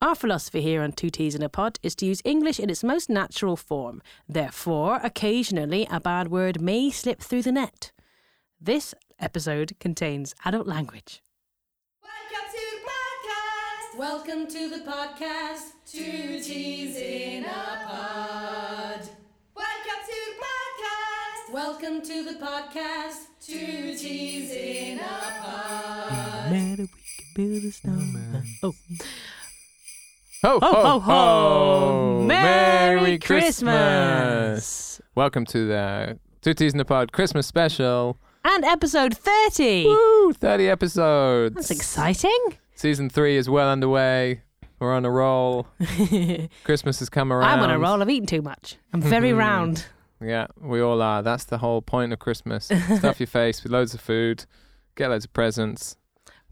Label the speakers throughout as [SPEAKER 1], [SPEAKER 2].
[SPEAKER 1] Our philosophy here on Two Teas in a Pod is to use English in its most natural form. Therefore, occasionally a bad word may slip through the net. This episode contains adult language.
[SPEAKER 2] Welcome to the podcast.
[SPEAKER 3] Welcome to the podcast, Two Teas in a Pod.
[SPEAKER 2] Welcome to the podcast.
[SPEAKER 3] Welcome to the podcast, Two Teas in a Pod.
[SPEAKER 1] Matter we can build a snowman. Oh,
[SPEAKER 4] Ho,
[SPEAKER 1] ho, ho, ho! Merry, Christmas.
[SPEAKER 4] Welcome to the Two Teas in the Pod Christmas special.
[SPEAKER 1] And episode 30!
[SPEAKER 4] Woo! 30 episodes.
[SPEAKER 1] That's exciting.
[SPEAKER 4] Season three is well underway. We're on a roll. Christmas has come around.
[SPEAKER 1] I'm on a roll. I've eaten too much. I'm very round.
[SPEAKER 4] Yeah, we all are. That's the whole point of Christmas. Stuff your face with loads of food, get loads of presents.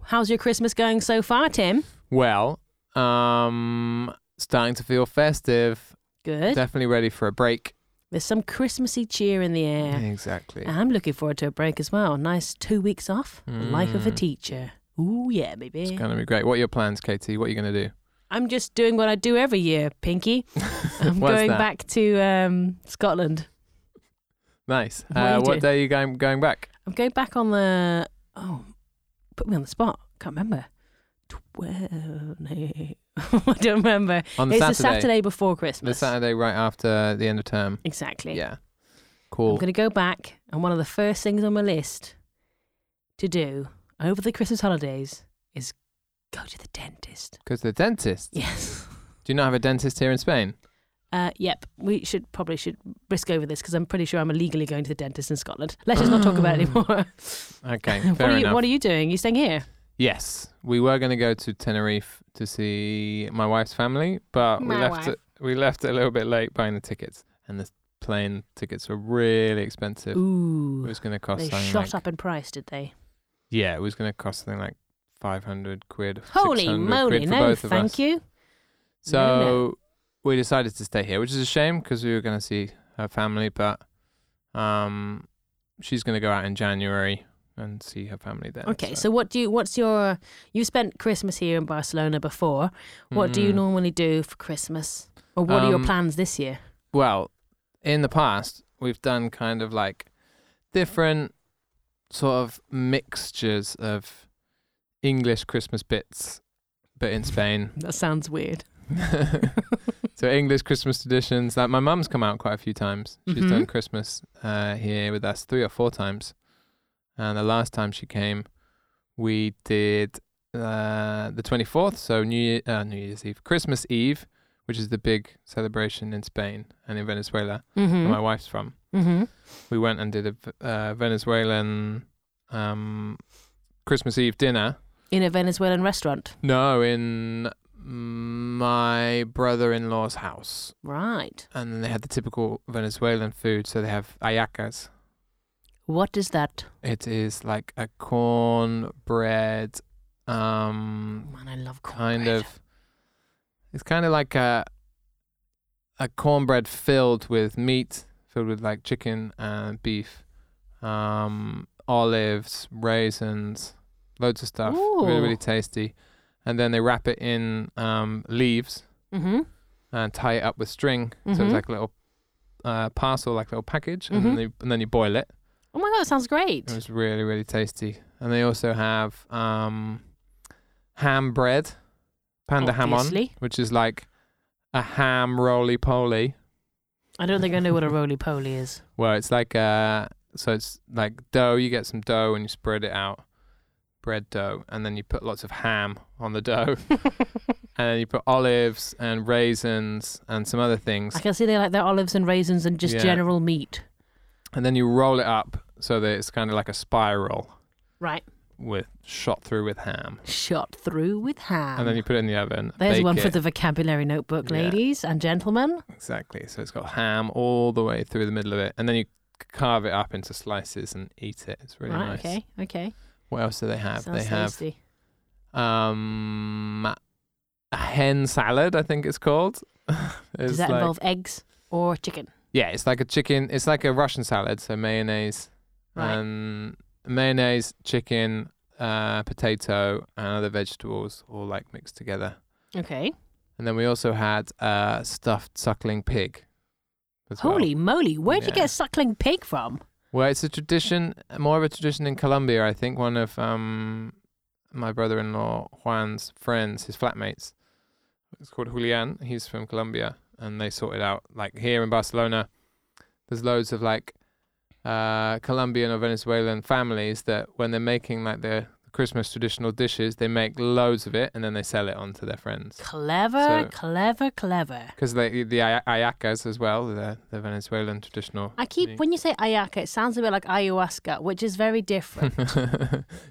[SPEAKER 1] How's your Christmas going so far, Tim?
[SPEAKER 4] Well, um, starting to feel festive.
[SPEAKER 1] Good.
[SPEAKER 4] Definitely ready for a break.
[SPEAKER 1] There's some Christmassy cheer in the air.
[SPEAKER 4] Exactly.
[SPEAKER 1] And I'm looking forward to a break as well. Nice two weeks off. The Life of a
[SPEAKER 4] Mm.
[SPEAKER 1] teacher. Ooh, yeah,
[SPEAKER 4] It's
[SPEAKER 1] baby.
[SPEAKER 4] going to be great. What are your plans, Katie? What are you going to do?
[SPEAKER 1] I'm just doing what I do every year, Pinky. I'm
[SPEAKER 4] What's
[SPEAKER 1] going
[SPEAKER 4] that?
[SPEAKER 1] back to um, Scotland.
[SPEAKER 4] Nice.
[SPEAKER 1] What are you
[SPEAKER 4] Uh, what
[SPEAKER 1] doing?
[SPEAKER 4] day are you going going back?
[SPEAKER 1] I'm going back on the. Oh, put me on the spot. Can't remember. Twelve. No. I don't remember.
[SPEAKER 4] On the
[SPEAKER 1] it's the
[SPEAKER 4] Saturday.
[SPEAKER 1] Saturday before
[SPEAKER 4] The
[SPEAKER 1] Christmas.
[SPEAKER 4] Saturday right after the end of term.
[SPEAKER 1] Exactly.
[SPEAKER 4] Yeah.
[SPEAKER 1] I'm
[SPEAKER 4] Cool.
[SPEAKER 1] going to go back, and one of the first things on my list to do over the Christmas holidays is go to the dentist.
[SPEAKER 4] Because the dentist.
[SPEAKER 1] Yes.
[SPEAKER 4] Do you not have a dentist here in Spain?
[SPEAKER 1] Uh, yep, we should probably should risk over this because I'm pretty sure I'm illegally going to the dentist in Scotland. Let's just not talk about it anymore.
[SPEAKER 4] Okay.
[SPEAKER 1] what,
[SPEAKER 4] Mm. Fair
[SPEAKER 1] are you,
[SPEAKER 4] enough.
[SPEAKER 1] what are you doing? You staying here?
[SPEAKER 4] yes, we were going to go to Tenerife to see my wife's family, but we
[SPEAKER 1] My
[SPEAKER 4] left
[SPEAKER 1] wife.
[SPEAKER 4] it. We left it a little bit late buying the tickets, and the plane tickets were really expensive. It
[SPEAKER 1] Ooh,
[SPEAKER 4] was going to cost
[SPEAKER 1] they
[SPEAKER 4] something
[SPEAKER 1] shot
[SPEAKER 4] like,
[SPEAKER 1] up in price, did they?
[SPEAKER 4] Yeah, it was going to cost something like five hundred quid.
[SPEAKER 1] Holy
[SPEAKER 4] 600
[SPEAKER 1] moly!
[SPEAKER 4] quid for
[SPEAKER 1] No,
[SPEAKER 4] both of us.
[SPEAKER 1] thank you.
[SPEAKER 4] So
[SPEAKER 1] No,
[SPEAKER 4] we decided to stay here, which is a shame because we were going to see her family, but um, she's going to go out in January and see her family then.
[SPEAKER 1] Okay, so what do you? What's your? You spent Christmas here in Barcelona before. What do you
[SPEAKER 4] Mm.
[SPEAKER 1] normally do for Christmas, or what are your
[SPEAKER 4] Um,
[SPEAKER 1] plans this year?
[SPEAKER 4] Well, in the past, we've done kind of like different sort of mixtures of English Christmas bits, but in Spain.
[SPEAKER 1] That sounds weird.
[SPEAKER 4] so English Christmas traditions. Like my mum's come out quite a few times. She's
[SPEAKER 1] Mhm.
[SPEAKER 4] done Christmas uh, here with us three or four times, and the last time she came, we did uh, the twenty fourth. So New Year, uh, New Year's Eve, Christmas Eve, which is the big celebration in Spain and in Venezuela, where
[SPEAKER 1] Mm-hmm.
[SPEAKER 4] my wife's from.
[SPEAKER 1] mm-hmm.
[SPEAKER 4] We went and did a V- uh, Venezuelan um, Christmas Eve dinner.
[SPEAKER 1] In a Venezuelan restaurant,
[SPEAKER 4] No, in mm, my brother-in-law's house
[SPEAKER 1] right?
[SPEAKER 4] and then they had the typical Venezuelan food. So they have ayacas.
[SPEAKER 1] What is that?
[SPEAKER 4] It is like a corn bread, um,
[SPEAKER 1] Man, I love cornbread.
[SPEAKER 4] kind of. It's kind of like a a cornbread filled with meat, filled with like chicken and beef, um, olives, raisins, loads of stuff. Really,
[SPEAKER 1] Ooh.
[SPEAKER 4] really tasty. And then they wrap it in um, leaves
[SPEAKER 1] Mm-hmm.
[SPEAKER 4] and uh, tie it up with string. So
[SPEAKER 1] Mhm.
[SPEAKER 4] it's like a little uh, parcel, like a little package, and,
[SPEAKER 1] Mhm.
[SPEAKER 4] then you, and then you boil it.
[SPEAKER 1] Oh my god, it sounds great.
[SPEAKER 4] It was really, really tasty. And they also have um, ham bread, panda hamon,
[SPEAKER 1] Obviously.
[SPEAKER 4] which is like a ham roly poly.
[SPEAKER 1] I don't think I know what a roly poly is.
[SPEAKER 4] Well, it's like uh, so it's like dough. You get some dough and you spread it out, bread dough, and then you put lots of ham on the dough, and then you put olives and raisins and some other things.
[SPEAKER 1] I can see they like their olives and raisins and just
[SPEAKER 4] Yeah.
[SPEAKER 1] general meat.
[SPEAKER 4] and then you roll it up so that it's kind of like a spiral
[SPEAKER 1] Right.
[SPEAKER 4] with shot through with ham,
[SPEAKER 1] Shot through with ham.
[SPEAKER 4] and then you put it in the oven.
[SPEAKER 1] There's
[SPEAKER 4] bake
[SPEAKER 1] one for
[SPEAKER 4] it.
[SPEAKER 1] the vocabulary notebook,
[SPEAKER 4] Yeah.
[SPEAKER 1] ladies and gentlemen.
[SPEAKER 4] exactly. So it's got ham all the way through the middle of it, and then you c- carve it up into slices and eat it. It's really
[SPEAKER 1] right,
[SPEAKER 4] nice.
[SPEAKER 1] okay, okay.
[SPEAKER 4] What else do they have?
[SPEAKER 1] Sounds
[SPEAKER 4] they have
[SPEAKER 1] tasty.
[SPEAKER 4] um, a hen salad. I think it's called. It's
[SPEAKER 1] Does that
[SPEAKER 4] like-
[SPEAKER 1] involve eggs or chicken?
[SPEAKER 4] Yeah, it's like a chicken. It's like a Russian salad. So mayonnaise,
[SPEAKER 1] Right.
[SPEAKER 4] um, mayonnaise, chicken, uh, potato, and other vegetables all like mixed together.
[SPEAKER 1] Okay.
[SPEAKER 4] And then we also had uh, stuffed suckling pig. as well.
[SPEAKER 1] Holy moly, where'd you
[SPEAKER 4] Yeah.
[SPEAKER 1] get a suckling pig from?
[SPEAKER 4] Well, it's a tradition, more of a tradition in Colombia, I think. One of um, my brother-in-law Juan's friends, his flatmates, it's called Julian. He's from Colombia, and they sort it out. Like here in Barcelona, there's loads of like uh, Colombian or Venezuelan families that when they're making like their Christmas traditional dishes, they make loads of it and then they sell it on to their friends.
[SPEAKER 1] Clever,
[SPEAKER 4] So-
[SPEAKER 1] clever, clever.
[SPEAKER 4] Because they the ay- ayacas as well, the the Venezuelan traditional.
[SPEAKER 1] I keep, when you say ayaka, it sounds a bit like ayahuasca, which is very different.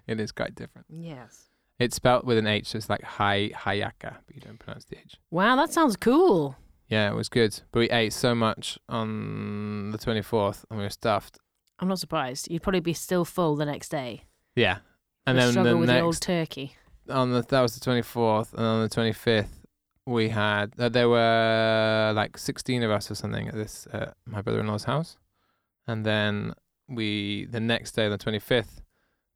[SPEAKER 4] it is quite different.
[SPEAKER 1] yes.
[SPEAKER 4] It's spelt with an H, so it's like Hay Hayaka, but you don't pronounce the H.
[SPEAKER 1] Wow, that sounds cool.
[SPEAKER 4] Yeah, it was good. But we ate so much on the 24th and we were stuffed.
[SPEAKER 1] I'm not surprised. You'd probably be still full the next day.
[SPEAKER 4] Yeah. And
[SPEAKER 1] We
[SPEAKER 4] then
[SPEAKER 1] struggle
[SPEAKER 4] the
[SPEAKER 1] with the old
[SPEAKER 4] next,
[SPEAKER 1] turkey.
[SPEAKER 4] on the, that was the 24th, and on the 25th, we had, uh, there were like 16 of us or something at this, uh, my brother in law's house. And then we, the next day, the 25th,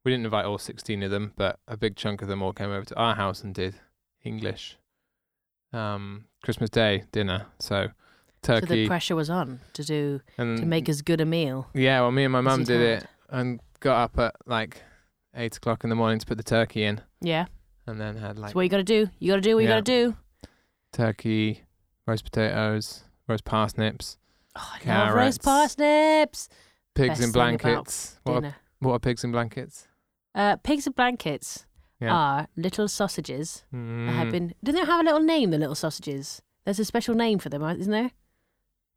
[SPEAKER 4] we didn't invite all 16 of them, but a big chunk of them all came over to our house and did English um, Christmas Day dinner.
[SPEAKER 1] So
[SPEAKER 4] So
[SPEAKER 1] the
[SPEAKER 4] turkey Mm.
[SPEAKER 1] pressure was on to do
[SPEAKER 4] and
[SPEAKER 1] to make as good a meal.
[SPEAKER 4] yeah. Well, me and my
[SPEAKER 1] as
[SPEAKER 4] mum
[SPEAKER 1] you
[SPEAKER 4] did
[SPEAKER 1] had.
[SPEAKER 4] it and got up at like eight o'clock in the morning to put the turkey in,
[SPEAKER 1] Yeah.
[SPEAKER 4] and then had like
[SPEAKER 1] so what you got to do? You got to do what
[SPEAKER 4] Yeah.
[SPEAKER 1] you got to do.
[SPEAKER 4] turkey, roast potatoes, roast parsnips,
[SPEAKER 1] Oh, I love roast
[SPEAKER 4] Carrots.
[SPEAKER 1] parsnips.
[SPEAKER 4] pigs in
[SPEAKER 1] Best thing about
[SPEAKER 4] blankets. What are,
[SPEAKER 1] Dinner.
[SPEAKER 4] what are pigs in blankets?
[SPEAKER 1] Uh, pigs and blankets
[SPEAKER 4] Yeah.
[SPEAKER 1] are little sausages that have
[SPEAKER 4] Mm,
[SPEAKER 1] been. Do they have a little name? The little sausages. There's a special name for them, isn't there?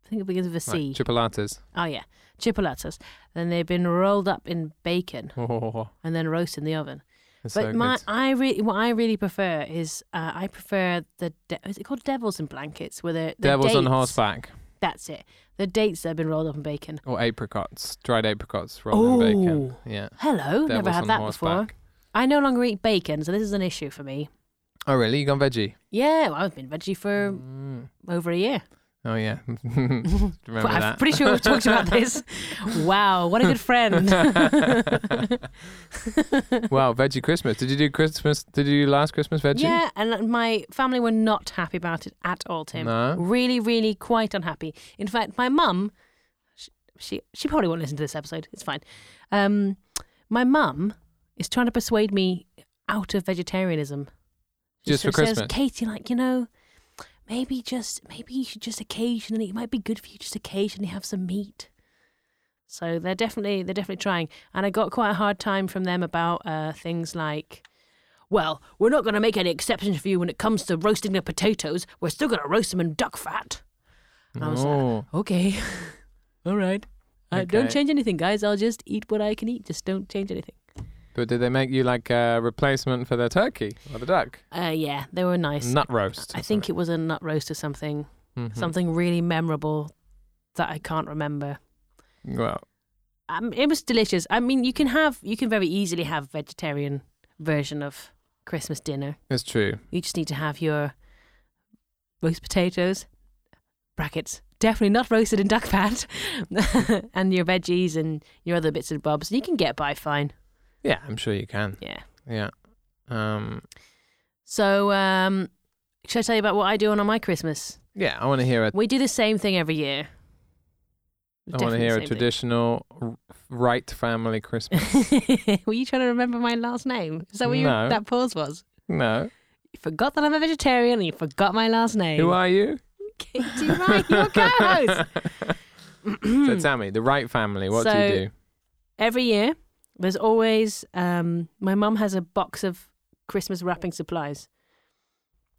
[SPEAKER 1] I think it begins with a
[SPEAKER 4] like
[SPEAKER 1] C.
[SPEAKER 4] Hmm. chipolatas.
[SPEAKER 1] oh yeah, chipolatas. Then they've been rolled up in bacon
[SPEAKER 4] Oh,
[SPEAKER 1] and then roasted in the oven.
[SPEAKER 4] it's
[SPEAKER 1] But
[SPEAKER 4] so
[SPEAKER 1] my,
[SPEAKER 4] good.
[SPEAKER 1] I really, what I really prefer is, uh, I prefer the. De- is it called devils in blankets? Where they're, they're
[SPEAKER 4] Devils on
[SPEAKER 1] dates.
[SPEAKER 4] horseback
[SPEAKER 1] That's it. The dates that have been rolled up in bacon.
[SPEAKER 4] or apricots, dried apricots rolled in bacon.
[SPEAKER 1] Oh.
[SPEAKER 4] Yeah.
[SPEAKER 1] Hello, never
[SPEAKER 4] Devils
[SPEAKER 1] had
[SPEAKER 4] on
[SPEAKER 1] that before.
[SPEAKER 4] horseback.
[SPEAKER 1] I no longer eat bacon, so this is an issue for me.
[SPEAKER 4] Oh, really? You gone veggie?
[SPEAKER 1] Yeah, well, I've been veggie for
[SPEAKER 4] Mm.
[SPEAKER 1] over a year.
[SPEAKER 4] Oh, yeah. Remember
[SPEAKER 1] But I'm
[SPEAKER 4] that?
[SPEAKER 1] pretty sure we've talked about this. Wow, what a good friend.
[SPEAKER 4] wow, veggie Christmas. Did you do Christmas? Did you do last Christmas veggie?
[SPEAKER 1] Yeah, and my family were not happy about it at all, Tim.
[SPEAKER 4] No?
[SPEAKER 1] Really, really quite unhappy. In fact, my mum, she, she, she probably won't listen to this episode. It's fine. Um, my mum is trying to persuade me out of vegetarianism. She
[SPEAKER 4] Just
[SPEAKER 1] sort
[SPEAKER 4] for
[SPEAKER 1] of says,
[SPEAKER 4] Christmas?
[SPEAKER 1] Katie, like, you know, maybe just, maybe you should just occasionally, it might be good for you just occasionally have some meat. So they're definitely they're definitely trying, and I got quite a hard time from them about uh, things like well, we're not going to make any exceptions for you when it comes to roasting the potatoes. We're still going to roast them in duck fat. And I was like,
[SPEAKER 4] Oh,
[SPEAKER 1] okay, all right. Uh, Don't
[SPEAKER 4] Okay.
[SPEAKER 1] change anything, guys. I'll just eat what I can eat. Just don't change anything.
[SPEAKER 4] but did they make you like a replacement for the turkey or the duck?
[SPEAKER 1] Uh, yeah, they were nice.
[SPEAKER 4] Nut roast.
[SPEAKER 1] I think it was a nut roast or something,
[SPEAKER 4] Mm-hmm.
[SPEAKER 1] something really memorable that I can't remember.
[SPEAKER 4] Well,
[SPEAKER 1] Um, it was delicious. I mean, you can have, you can very easily have vegetarian version of Christmas dinner.
[SPEAKER 4] it's true.
[SPEAKER 1] You just need to have your roast potatoes, brackets, definitely not roasted in duck fat, and your veggies and your other bits and bobs. You can get by fine.
[SPEAKER 4] Yeah, I'm sure you can.
[SPEAKER 1] Yeah.
[SPEAKER 4] Yeah. Um.
[SPEAKER 1] So, um, should I tell you about what I do on my Christmas?
[SPEAKER 4] Yeah, I want to hear a.
[SPEAKER 1] We do the same thing every year.
[SPEAKER 4] I want to
[SPEAKER 1] Definitely
[SPEAKER 4] hear
[SPEAKER 1] the
[SPEAKER 4] a
[SPEAKER 1] same thing.
[SPEAKER 4] traditional r- right family Christmas.
[SPEAKER 1] Were you trying to remember my last name? Is that what you,
[SPEAKER 4] No.
[SPEAKER 1] that pause was?
[SPEAKER 4] no.
[SPEAKER 1] You forgot that I'm a vegetarian and you forgot my last name.
[SPEAKER 4] Who are you?
[SPEAKER 1] Katie Wright, your co-host. Hmm.
[SPEAKER 4] so tell me, the right family. What do
[SPEAKER 1] So-
[SPEAKER 4] you do?
[SPEAKER 1] every year there's always um, my mum has a box of christmas wrapping supplies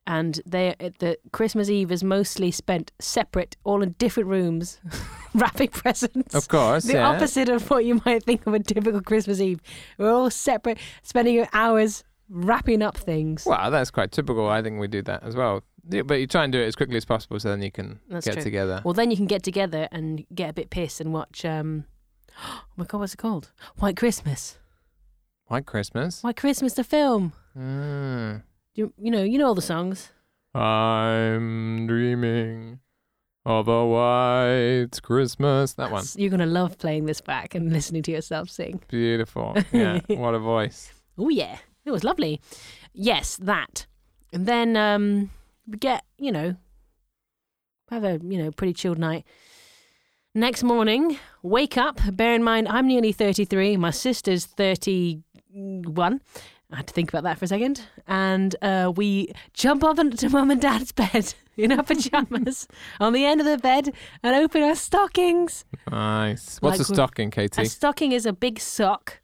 [SPEAKER 1] and they at the christmas eve is mostly spent separate all in different rooms wrapping presents
[SPEAKER 4] Of course.
[SPEAKER 1] the
[SPEAKER 4] yeah.
[SPEAKER 1] opposite of what you might think of a typical christmas eve we're all separate spending hours wrapping up things
[SPEAKER 4] Well, that's quite typical. I think we do that as well. Yeah, but you try and do it as quickly as possible, so then you can
[SPEAKER 1] That's
[SPEAKER 4] get
[SPEAKER 1] true.
[SPEAKER 4] together.
[SPEAKER 1] well then you can get together and get a bit pissed and watch um oh my god what's it called white christmas
[SPEAKER 4] White Christmas.
[SPEAKER 1] white christmas the film
[SPEAKER 4] Mm.
[SPEAKER 1] you, you know you know all the songs
[SPEAKER 4] I'm dreaming of a white Christmas. That one.
[SPEAKER 1] That's- You're going to love playing this back and listening to yourself sing.
[SPEAKER 4] Beautiful. Yeah. what a voice.
[SPEAKER 1] Oh, yeah. It was lovely. Yes, that. And then um, get, you know, have a, you know, pretty chilled night. Next morning, wake up. Bear in mind, I'm nearly 33. My sister's 31. I had to think about that for a second. And uh, we jump up into mum and dad's bed in our pajamas on the end of the bed and open our stockings.
[SPEAKER 4] Nice. What's
[SPEAKER 1] Like
[SPEAKER 4] a
[SPEAKER 1] with-
[SPEAKER 4] stocking,
[SPEAKER 1] A
[SPEAKER 4] Katie?
[SPEAKER 1] stocking is a big sock,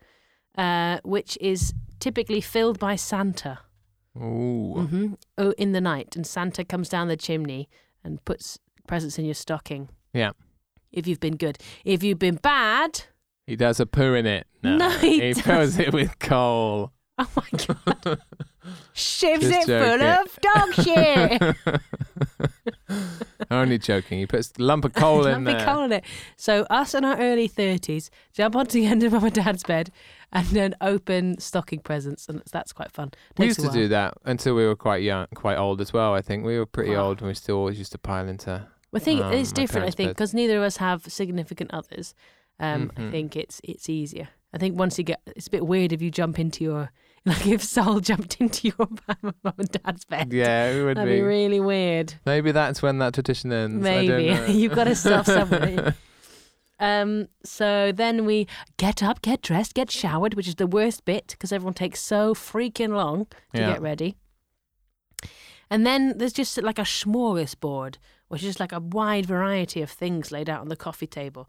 [SPEAKER 1] uh, which is typically filled by Santa
[SPEAKER 4] Ooh.
[SPEAKER 1] hmm oh, in the night. And Santa comes down the chimney and puts presents in your stocking.
[SPEAKER 4] Yeah.
[SPEAKER 1] If you've been good. If you've been bad,
[SPEAKER 4] He does a poo in it.
[SPEAKER 1] No, he
[SPEAKER 4] fills it with coal.
[SPEAKER 1] oh my God, shivs
[SPEAKER 4] Just
[SPEAKER 1] it full of
[SPEAKER 4] joking.
[SPEAKER 1] dog shit.
[SPEAKER 4] Only joking. He puts a lump of coal in
[SPEAKER 1] Can't be
[SPEAKER 4] there.
[SPEAKER 1] cold in it. So us in our early thirties jump onto the end of mum and dad's bed and then open stocking presents, and that's- that's quite fun.
[SPEAKER 4] We
[SPEAKER 1] Takes
[SPEAKER 4] used
[SPEAKER 1] a
[SPEAKER 4] to
[SPEAKER 1] while.
[SPEAKER 4] do that until we were quite young, quite old as well. I think we were pretty
[SPEAKER 1] Wow.
[SPEAKER 4] old, and we still always used to pile into.
[SPEAKER 1] I think
[SPEAKER 4] um,
[SPEAKER 1] it's
[SPEAKER 4] my
[SPEAKER 1] different. I
[SPEAKER 4] parents'
[SPEAKER 1] think
[SPEAKER 4] bed.
[SPEAKER 1] because neither of us have significant others. Um, I
[SPEAKER 4] Mhm.
[SPEAKER 1] think it's it's easier. I think once you get, it's a bit weird if you jump into your like if Sol jumped into your mum and dad's bed.
[SPEAKER 4] Yeah, it would
[SPEAKER 1] That'd
[SPEAKER 4] be.
[SPEAKER 1] be really weird.
[SPEAKER 4] Maybe that's when that tradition ends. I don't
[SPEAKER 1] Maybe.
[SPEAKER 4] know.
[SPEAKER 1] You've got to stop somewhere. Um, so then we get up, get dressed, get showered, which is the worst bit because everyone takes so freaking long to
[SPEAKER 4] Yeah.
[SPEAKER 1] get ready. And then there's just like a smorgasbord, which is like a wide variety of things laid out on the coffee table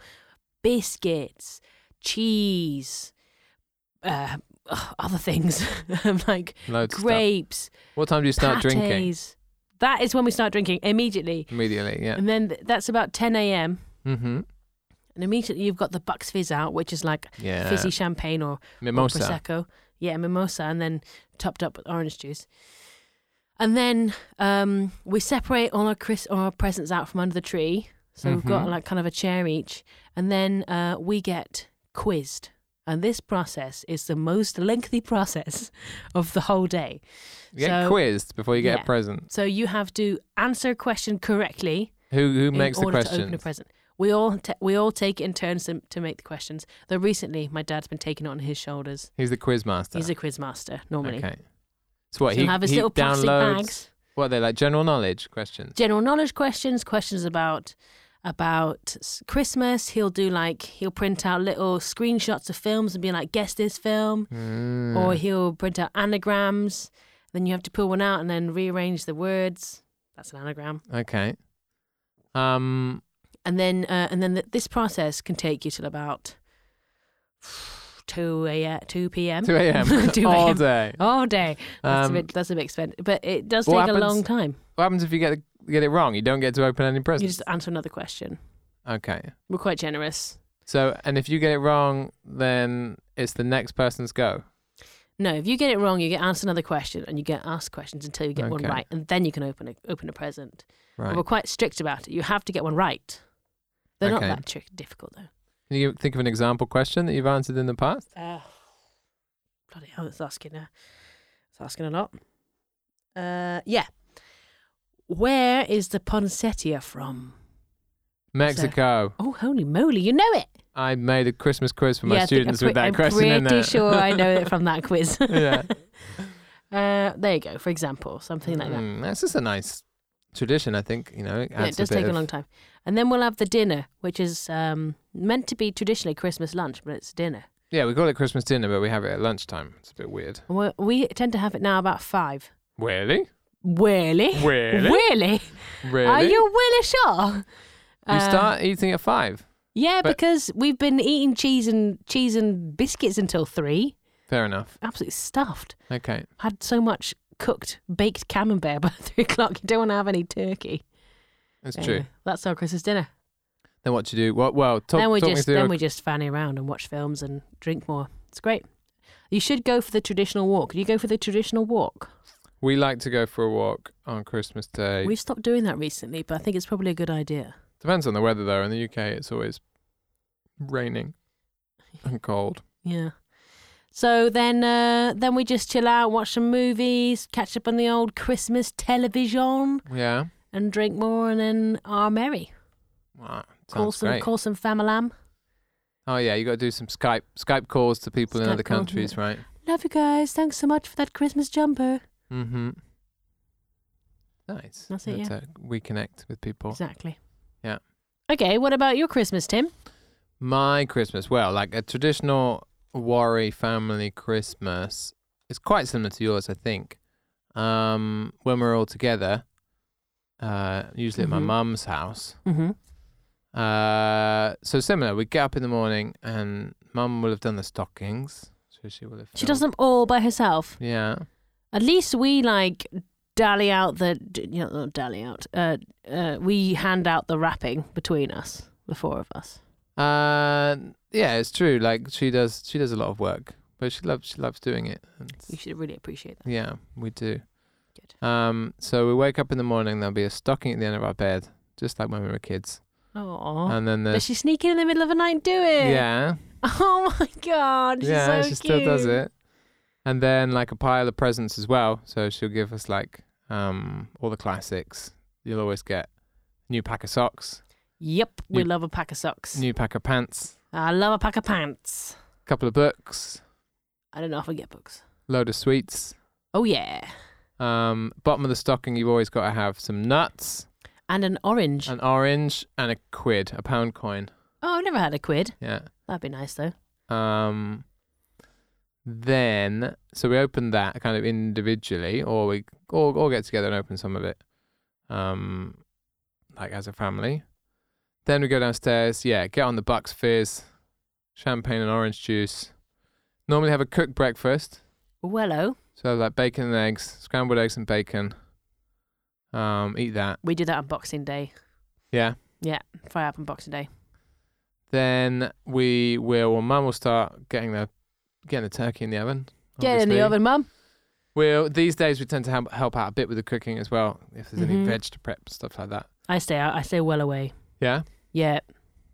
[SPEAKER 1] biscuits, cheese, uh, other things like
[SPEAKER 4] Loads of stuff.
[SPEAKER 1] grapes,
[SPEAKER 4] What time do you start drinking?
[SPEAKER 1] pates. That is when we start drinking immediately.
[SPEAKER 4] Immediately, yeah.
[SPEAKER 1] And then th- that's about 10 a.m.
[SPEAKER 4] Mm-hmm.
[SPEAKER 1] And immediately you've got the Bucks Fizz out, which is like
[SPEAKER 4] Yeah.
[SPEAKER 1] fizzy champagne or, or
[SPEAKER 4] Mimosa.
[SPEAKER 1] Prosecco. Yeah, mimosa, and then topped up with orange juice. And then um, we separate all our, cris- all our presents out from under the tree. So we've got
[SPEAKER 4] Mhm.
[SPEAKER 1] like kind of a chair each. And then uh, we get quizzed. And this process is the most lengthy process of the whole day.
[SPEAKER 4] You get
[SPEAKER 1] So-
[SPEAKER 4] quizzed before you get
[SPEAKER 1] Yeah.
[SPEAKER 4] a present.
[SPEAKER 1] So you have to answer a question correctly.
[SPEAKER 4] Who who
[SPEAKER 1] in
[SPEAKER 4] makes the
[SPEAKER 1] order to open a
[SPEAKER 4] questions?
[SPEAKER 1] present. We all ta we all take it in turns to, to make the questions. Though recently, my dad's been taking it on his shoulders.
[SPEAKER 4] He's the quiz master.
[SPEAKER 1] He's a quiz master normally.
[SPEAKER 4] Okay. So what
[SPEAKER 1] He'll
[SPEAKER 4] he,
[SPEAKER 1] have his
[SPEAKER 4] he
[SPEAKER 1] little plastic
[SPEAKER 4] downloads.
[SPEAKER 1] bags,
[SPEAKER 4] What are they like? General knowledge questions.
[SPEAKER 1] general knowledge questions, questions about about s- Christmas. He'll do like he'll print out little screenshots of films and be like, guess this film,
[SPEAKER 4] Mm.
[SPEAKER 1] or he'll print out anagrams. Then you have to pull one out and then rearrange the words. That's an anagram.
[SPEAKER 4] Okay. Um.
[SPEAKER 1] and then uh, and then th- this process can take you till about two a uh, two p.m.
[SPEAKER 4] Two a.m.
[SPEAKER 1] 2
[SPEAKER 4] all
[SPEAKER 1] a.m..
[SPEAKER 4] day.
[SPEAKER 1] all day. Oh, That's
[SPEAKER 4] Um,
[SPEAKER 1] a bit that's a bit expensive, but it does take
[SPEAKER 4] what
[SPEAKER 1] a long
[SPEAKER 4] happens-
[SPEAKER 1] time.
[SPEAKER 4] What happens if you get get it wrong? You don't get to open any
[SPEAKER 1] You
[SPEAKER 4] presents.
[SPEAKER 1] just answer another question.
[SPEAKER 4] Okay.
[SPEAKER 1] We're quite generous.
[SPEAKER 4] So and if you get it wrong, then it's the next person's go.
[SPEAKER 1] No, if you get it wrong, you get asked another question, and you get asked questions until you get one
[SPEAKER 4] Okay.
[SPEAKER 1] right, and then you can open a, open a present. But
[SPEAKER 4] Right.
[SPEAKER 1] We're quite strict about it. You have to get one right. They're
[SPEAKER 4] Okay.
[SPEAKER 1] not that trick difficult though.
[SPEAKER 4] Can you think of an example question that you've answered in the past?
[SPEAKER 1] Uh, bloody hell, it's asking. Uh, it's asking a lot. Uh, yeah. Where is the poinsettia from?
[SPEAKER 4] Mexico.
[SPEAKER 1] Oh, holy moly, you know it.
[SPEAKER 4] I made a Christmas quiz for my
[SPEAKER 1] yeah, I think-
[SPEAKER 4] students
[SPEAKER 1] I'm
[SPEAKER 4] with that
[SPEAKER 1] pre- I'm
[SPEAKER 4] question
[SPEAKER 1] pretty
[SPEAKER 4] in there.
[SPEAKER 1] sure I know it from that quiz.
[SPEAKER 4] yeah.
[SPEAKER 1] Uh, there you go, for example, something like that.
[SPEAKER 4] Mm, that's just a nice tradition, I think. You know, it,
[SPEAKER 1] Yeah, it
[SPEAKER 4] adds
[SPEAKER 1] does
[SPEAKER 4] a bit
[SPEAKER 1] take a
[SPEAKER 4] of-
[SPEAKER 1] long time. And then we'll have the dinner, which is um, meant to be traditionally Christmas lunch, but it's dinner.
[SPEAKER 4] Yeah, we call it Christmas dinner, but we have it at lunchtime. It's a bit weird.
[SPEAKER 1] And we we tend to have it now about five.
[SPEAKER 4] Really?
[SPEAKER 1] Really?
[SPEAKER 4] Really?
[SPEAKER 1] Really?
[SPEAKER 4] Really?
[SPEAKER 1] Are you really sure?
[SPEAKER 4] You
[SPEAKER 1] Uh,
[SPEAKER 4] start eating at five.
[SPEAKER 1] Yeah,
[SPEAKER 4] But-
[SPEAKER 1] because we've been eating cheese and cheese and biscuits until three.
[SPEAKER 4] Fair enough.
[SPEAKER 1] Absolutely stuffed.
[SPEAKER 4] Okay.
[SPEAKER 1] Had so much cooked baked camembert by three o'clock. You don't want to have any turkey.
[SPEAKER 4] That's
[SPEAKER 1] Anyway,
[SPEAKER 4] true.
[SPEAKER 1] That's our Christmas dinner.
[SPEAKER 4] Then what do you do? Well, well talk,
[SPEAKER 1] then we
[SPEAKER 4] talk me
[SPEAKER 1] just
[SPEAKER 4] through.
[SPEAKER 1] then
[SPEAKER 4] a-
[SPEAKER 1] we just fanny around and watch films and drink more. It's great. You should go for the traditional walk. Do you go for the traditional walk?
[SPEAKER 4] we like to go for a walk on Christmas Day.
[SPEAKER 1] We've stopped doing that recently, but I think it's probably a good idea.
[SPEAKER 4] Depends on the weather, though. In the UK, it's always raining and cold.
[SPEAKER 1] Yeah. So then, uh, then we just chill out, watch some movies, catch up on the old Christmas television.
[SPEAKER 4] Yeah.
[SPEAKER 1] and drink more and then are merry.
[SPEAKER 4] Wow. Sounds
[SPEAKER 1] Call some
[SPEAKER 4] great.
[SPEAKER 1] call some famalam.
[SPEAKER 4] Oh yeah, you got to do some Skype Skype calls to people in
[SPEAKER 1] Skype
[SPEAKER 4] other
[SPEAKER 1] calls,
[SPEAKER 4] countries, right?
[SPEAKER 1] Love you guys. Thanks so much for that Christmas jumper.
[SPEAKER 4] Mm-hmm. Nice.
[SPEAKER 1] That's it,
[SPEAKER 4] uh, we connect with people.
[SPEAKER 1] Exactly.
[SPEAKER 4] Yeah.
[SPEAKER 1] Okay, what about your Christmas, Tim?
[SPEAKER 4] My Christmas, well, like a traditional Warri family Christmas is quite similar to yours, I think. Um, when we're all together, uh, usually at
[SPEAKER 1] Mhm.
[SPEAKER 4] my mum's house,
[SPEAKER 1] Mm-hmm.
[SPEAKER 4] Uh, so similar. We get up in the morning, and Mum will have done the stockings. So she will have.
[SPEAKER 1] She
[SPEAKER 4] filled-
[SPEAKER 1] does them all by herself.
[SPEAKER 4] Yeah.
[SPEAKER 1] At least we like dally out the d- you know not dally out. Uh, uh, we hand out the wrapping between us, the four of us.
[SPEAKER 4] Uh, yeah, it's true. Like she does, she does a lot of work, but she loves, she loves doing it. And
[SPEAKER 1] You should really appreciate that.
[SPEAKER 4] yeah, we do.
[SPEAKER 1] Good.
[SPEAKER 4] Um, so we wake up in the morning. There'll be a stocking at the end of our bed, just like when we were kids.
[SPEAKER 1] Oh,
[SPEAKER 4] And then
[SPEAKER 1] does
[SPEAKER 4] there's
[SPEAKER 1] she sneak in in the middle of the night? and Do it.
[SPEAKER 4] Uh, yeah,
[SPEAKER 1] Oh my god. She's
[SPEAKER 4] yeah,
[SPEAKER 1] so
[SPEAKER 4] she still does
[SPEAKER 1] cute.
[SPEAKER 4] it. And then like a pile of presents as well. So she'll give us like um all the classics. You'll always get new pack of socks.
[SPEAKER 1] Yep, we
[SPEAKER 4] New-
[SPEAKER 1] love a pack of socks.
[SPEAKER 4] new pack of pants,
[SPEAKER 1] I love a pack of pants.
[SPEAKER 4] couple of books,
[SPEAKER 1] I don't know if I get books.
[SPEAKER 4] load of sweets.
[SPEAKER 1] Oh yeah,
[SPEAKER 4] Um, bottom of the stocking, you've always got to have some nuts,
[SPEAKER 1] and an orange.
[SPEAKER 4] an orange, and a quid, a pound coin.
[SPEAKER 1] oh, I've never had a quid.
[SPEAKER 4] Yeah.
[SPEAKER 1] That'd be nice though.
[SPEAKER 4] Um, then, so we open that kind of individually, or we all, all get together and open some of it, um, like as a family. Then we go downstairs. Yeah, get on the Bucks Fizz, champagne and orange juice. Normally have a cooked breakfast.
[SPEAKER 1] Wello,
[SPEAKER 4] So like bacon and eggs, scrambled eggs and bacon. Um, eat that.
[SPEAKER 1] we do that on Boxing Day.
[SPEAKER 4] Yeah.
[SPEAKER 1] Fry up on Boxing Day.
[SPEAKER 4] Then we will. Well, Mum will start getting the getting the turkey in the oven.
[SPEAKER 1] Get in the
[SPEAKER 4] obviously.
[SPEAKER 1] oven, mum.
[SPEAKER 4] We'll these days we tend to help, help out a bit with the cooking as well. If there's any
[SPEAKER 1] Mhm.
[SPEAKER 4] veg to prep stuff like that.
[SPEAKER 1] I stay out. I stay well away.
[SPEAKER 4] Yeah.
[SPEAKER 1] Yeah,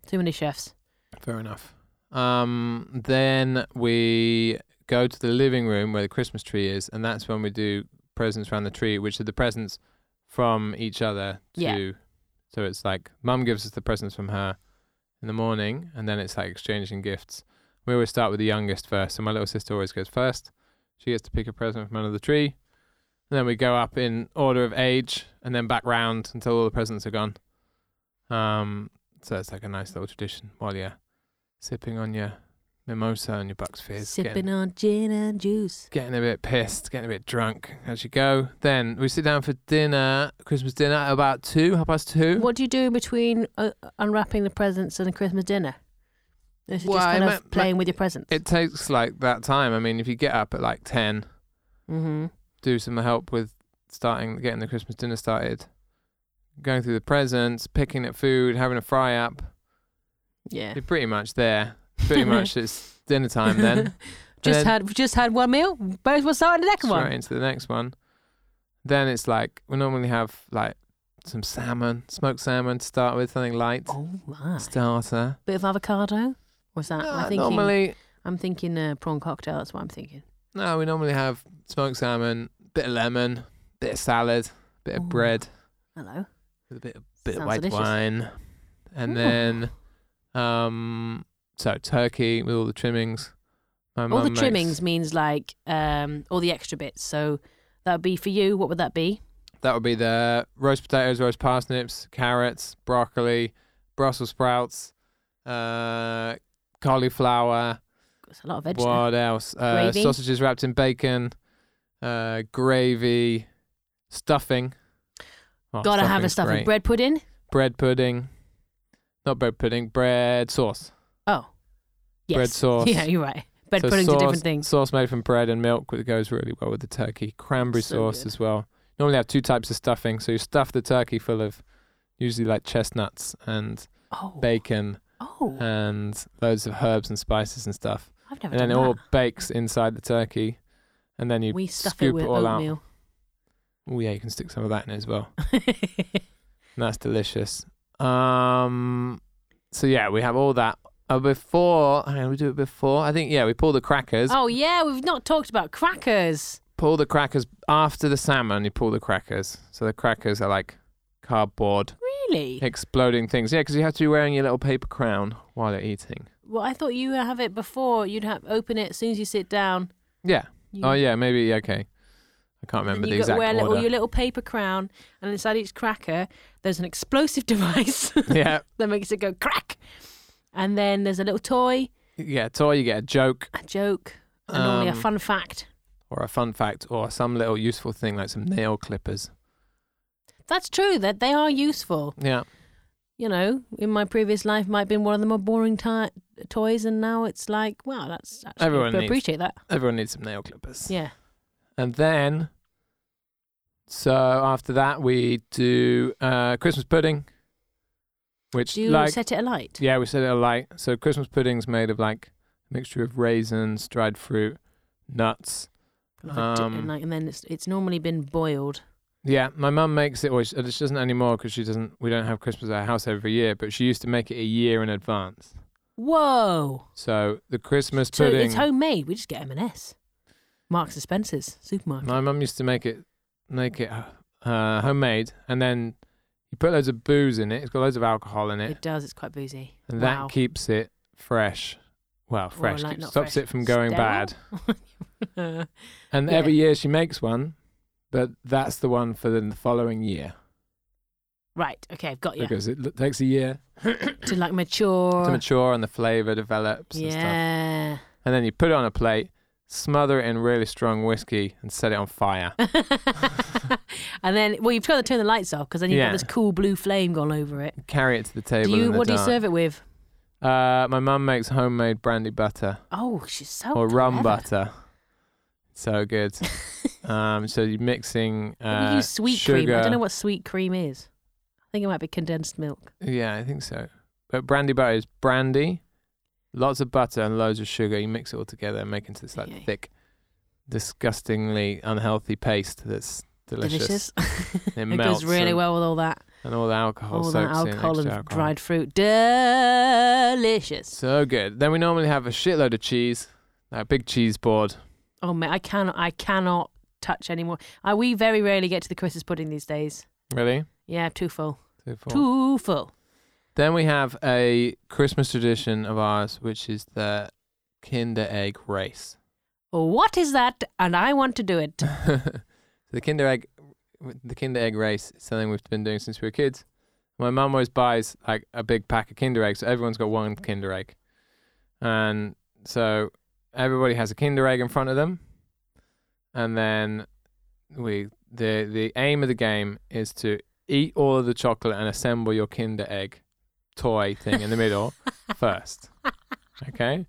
[SPEAKER 1] too many chefs.
[SPEAKER 4] Fair enough. Um, then we go to the living room where the Christmas tree is, and that's when we do presents around the tree, which are the presents from each other. To,
[SPEAKER 1] Yeah.
[SPEAKER 4] So it's like mum gives us the presents from her in the morning, and then it's like exchanging gifts. We always start with the youngest first, so my little sister always goes first. She gets to pick a present from under the tree. And then we go up in order of age and then back round until all the presents are gone. Um, so it's like a nice little tradition while you're sipping on your mimosa and your Bucks Fizz.
[SPEAKER 1] Sipping
[SPEAKER 4] getting,
[SPEAKER 1] on gin and juice.
[SPEAKER 4] getting a bit pissed, getting a bit drunk as you go. Then we sit down for dinner, Christmas dinner, at about two, half past two.
[SPEAKER 1] What do you do between uh, unwrapping the presents and the Christmas dinner? Is it
[SPEAKER 4] Well,
[SPEAKER 1] just
[SPEAKER 4] I
[SPEAKER 1] kind of
[SPEAKER 4] meant, like,
[SPEAKER 1] playing with your presents?
[SPEAKER 4] It takes like that time. I mean, if you get up at like 10,
[SPEAKER 1] mm-hmm.
[SPEAKER 4] do some help with starting, getting the Christmas dinner started, going through the presents, picking at food, having a fry up.
[SPEAKER 1] Yeah.
[SPEAKER 4] You're pretty much there. Pretty much it's dinner time then.
[SPEAKER 1] just
[SPEAKER 4] then-
[SPEAKER 1] had just had one meal. Both were starting the second one.
[SPEAKER 4] Straight into the next one. Then it's like we normally have like some salmon, smoked salmon to start with, something light.
[SPEAKER 1] Oh my!
[SPEAKER 4] Starter.
[SPEAKER 1] Bit of avocado. What's that?
[SPEAKER 4] Uh,
[SPEAKER 1] I'm thinking.
[SPEAKER 4] normally
[SPEAKER 1] I'm thinking uh, prawn cocktail. That's what I'm thinking.
[SPEAKER 4] no, we normally have smoked salmon, bit of lemon, bit of salad, bit of
[SPEAKER 1] Ooh.
[SPEAKER 4] bread,
[SPEAKER 1] Hello.
[SPEAKER 4] with a bit of bit of
[SPEAKER 1] Sounds
[SPEAKER 4] white
[SPEAKER 1] delicious.
[SPEAKER 4] wine. And
[SPEAKER 1] Ooh.
[SPEAKER 4] then um so turkey with all the trimmings. My
[SPEAKER 1] all
[SPEAKER 4] mum
[SPEAKER 1] the
[SPEAKER 4] makes-
[SPEAKER 1] trimmings means like um, all the extra bits. So that would be for you. What would that be?
[SPEAKER 4] That would be the roast potatoes, roast parsnips, carrots, broccoli, Brussels sprouts, uh, cauliflower.
[SPEAKER 1] It's a lot of veg. there.
[SPEAKER 4] What else? Uh,
[SPEAKER 1] Oh, Gravy.
[SPEAKER 4] sausages wrapped in bacon, uh, gravy, stuffing. Oh,
[SPEAKER 1] Gotta have a
[SPEAKER 4] stuffing's
[SPEAKER 1] stuffing.
[SPEAKER 4] great.
[SPEAKER 1] Bread pudding.
[SPEAKER 4] Bread pudding. Not bread pudding, bread sauce.
[SPEAKER 1] Oh, yes.
[SPEAKER 4] Bread sauce.
[SPEAKER 1] Yeah, you're right. Bread
[SPEAKER 4] So
[SPEAKER 1] pudding's a
[SPEAKER 4] sauce-
[SPEAKER 1] different thing.
[SPEAKER 4] Sauce made from bread and milk that goes really well with the turkey. Cranberry
[SPEAKER 1] So
[SPEAKER 4] sauce
[SPEAKER 1] good.
[SPEAKER 4] as well. You normally have two types of stuffing. So you stuff the turkey full of usually like chestnuts and
[SPEAKER 1] Oh,
[SPEAKER 4] bacon
[SPEAKER 1] oh,
[SPEAKER 4] and loads of herbs and spices and stuff.
[SPEAKER 1] I've never
[SPEAKER 4] And
[SPEAKER 1] done
[SPEAKER 4] then it
[SPEAKER 1] that.
[SPEAKER 4] all bakes inside the turkey. And then you
[SPEAKER 1] we stuff
[SPEAKER 4] scoop
[SPEAKER 1] it with
[SPEAKER 4] all out.
[SPEAKER 1] oatmeal.
[SPEAKER 4] Oh yeah, you can stick some of that in as well. And that's delicious. Um so yeah, we have all that. Uh, before hang on, we do it before. I think yeah, we pull the crackers.
[SPEAKER 1] oh yeah, we've not talked about crackers.
[SPEAKER 4] pull the crackers after the salmon. You pull the crackers, so the crackers are like cardboard
[SPEAKER 1] Really?
[SPEAKER 4] exploding things. Yeah, because you have to be wearing your little paper crown while you're eating.
[SPEAKER 1] Well, I thought you have it before. You'd have open it as soon as you sit down.
[SPEAKER 4] Yeah.
[SPEAKER 1] You-
[SPEAKER 4] Oh yeah, maybe okay. I can't remember
[SPEAKER 1] and
[SPEAKER 4] the
[SPEAKER 1] you've got to
[SPEAKER 4] exact
[SPEAKER 1] wear little,
[SPEAKER 4] order.
[SPEAKER 1] your little paper crown, and inside each cracker, there's an explosive device
[SPEAKER 4] yeah,
[SPEAKER 1] that makes it go crack. And then there's a little toy,
[SPEAKER 4] you get a toy, you get a joke,
[SPEAKER 1] a joke, and normally a
[SPEAKER 4] Um,
[SPEAKER 1] fun fact.
[SPEAKER 4] or a fun fact, or some little useful thing like some nail clippers.
[SPEAKER 1] That's true, that they are useful.
[SPEAKER 4] Yeah,
[SPEAKER 1] You know, in my previous life, might have been one of the more boring ti toys, and now it's like, wow, that's actually,
[SPEAKER 4] Everyone
[SPEAKER 1] I
[SPEAKER 4] needs-
[SPEAKER 1] appreciate that.
[SPEAKER 4] everyone needs some nail clippers.
[SPEAKER 1] Yeah.
[SPEAKER 4] And then, so after that, we do uh, Christmas pudding, which
[SPEAKER 1] Do you
[SPEAKER 4] like
[SPEAKER 1] set it alight?
[SPEAKER 4] yeah, we said it alike. So Christmas pudding's made of like a mixture of raisins, dried fruit, nuts.
[SPEAKER 1] Kind of a dip in,
[SPEAKER 4] Um,
[SPEAKER 1] like, and then it's it's normally been boiled.
[SPEAKER 4] Yeah, my mum makes it. Well, uh, she, she doesn't anymore because she doesn't. We don't have Christmas at our house every year, but she used to make it a year in advance.
[SPEAKER 1] Whoa!
[SPEAKER 4] So the Christmas
[SPEAKER 1] So
[SPEAKER 4] pudding.
[SPEAKER 1] it's homemade. We just get M&S, Marks and Spencers supermarket.
[SPEAKER 4] My mum used to make it, make it uh, homemade, and then you put loads of booze in it. It's got loads of alcohol in it,
[SPEAKER 1] It does. It's quite boozy.
[SPEAKER 4] and
[SPEAKER 1] Wow.
[SPEAKER 4] that keeps it fresh. Well, fresh
[SPEAKER 1] like,
[SPEAKER 4] keeps-
[SPEAKER 1] not
[SPEAKER 4] stops
[SPEAKER 1] fresh,
[SPEAKER 4] it from going
[SPEAKER 1] sterile?
[SPEAKER 4] bad.
[SPEAKER 1] Uh,
[SPEAKER 4] And
[SPEAKER 1] Yeah.
[SPEAKER 4] every year she makes one, but that's the one for then the following year
[SPEAKER 1] right. Okay, I've got you.
[SPEAKER 4] because it l- takes a year
[SPEAKER 1] To like mature.
[SPEAKER 4] to mature and the flavor develops and stuff.
[SPEAKER 1] yeah.
[SPEAKER 4] And then you put it on a plate, smother it in really strong whiskey, and set it on fire.
[SPEAKER 1] and then, well, you've got to turn the lights off because then you've
[SPEAKER 4] Yeah.
[SPEAKER 1] got this cool blue flame gone over it.
[SPEAKER 4] Carry it to the table.
[SPEAKER 1] Do you?
[SPEAKER 4] in the
[SPEAKER 1] What do you
[SPEAKER 4] dark.
[SPEAKER 1] serve it with?
[SPEAKER 4] Uh, my mum makes homemade brandy butter.
[SPEAKER 1] Oh, she's so
[SPEAKER 4] or rum
[SPEAKER 1] clever.
[SPEAKER 4] butter. So good. um, so you're mixing uh,
[SPEAKER 1] we use sweet
[SPEAKER 4] sugar.
[SPEAKER 1] cream. I don't know what sweet cream is. I think it might be condensed milk.
[SPEAKER 4] Yeah, I think so. But brandy butter is brandy, lots of butter and loads of sugar. You mix it all together and make into this like
[SPEAKER 1] Okay.
[SPEAKER 4] thick, disgustingly unhealthy paste that's delicious.
[SPEAKER 1] Delicious.
[SPEAKER 4] It,
[SPEAKER 1] it
[SPEAKER 4] melts
[SPEAKER 1] goes really
[SPEAKER 4] and,
[SPEAKER 1] well with all that,
[SPEAKER 4] and all the alcohol
[SPEAKER 1] all that
[SPEAKER 4] soaks in,
[SPEAKER 1] alcohol and
[SPEAKER 4] extra alcohol.
[SPEAKER 1] dried fruit. Delicious.
[SPEAKER 4] So good. Then we normally have a shitload of cheese, a big cheese board.
[SPEAKER 1] Oh mate, I cannot, I cannot touch anymore. I, we very rarely get to the Christmas pudding these days.
[SPEAKER 4] Really?
[SPEAKER 1] Yeah, too full,
[SPEAKER 4] Two, four.
[SPEAKER 1] too full.
[SPEAKER 4] Then we have a Christmas tradition of ours, which is the Kinder Egg race.
[SPEAKER 1] What is that? And I want to do it.
[SPEAKER 4] the Kinder Egg, the Kinder Egg race is something we've been doing since we were kids. My mum always buys like a big pack of Kinder Eggs, so everyone's got one Kinder Egg, and so everybody has a Kinder Egg in front of them, and then we the the aim of the game is to eat all of the chocolate and assemble your Kinder Egg toy thing in the middle first. Okay.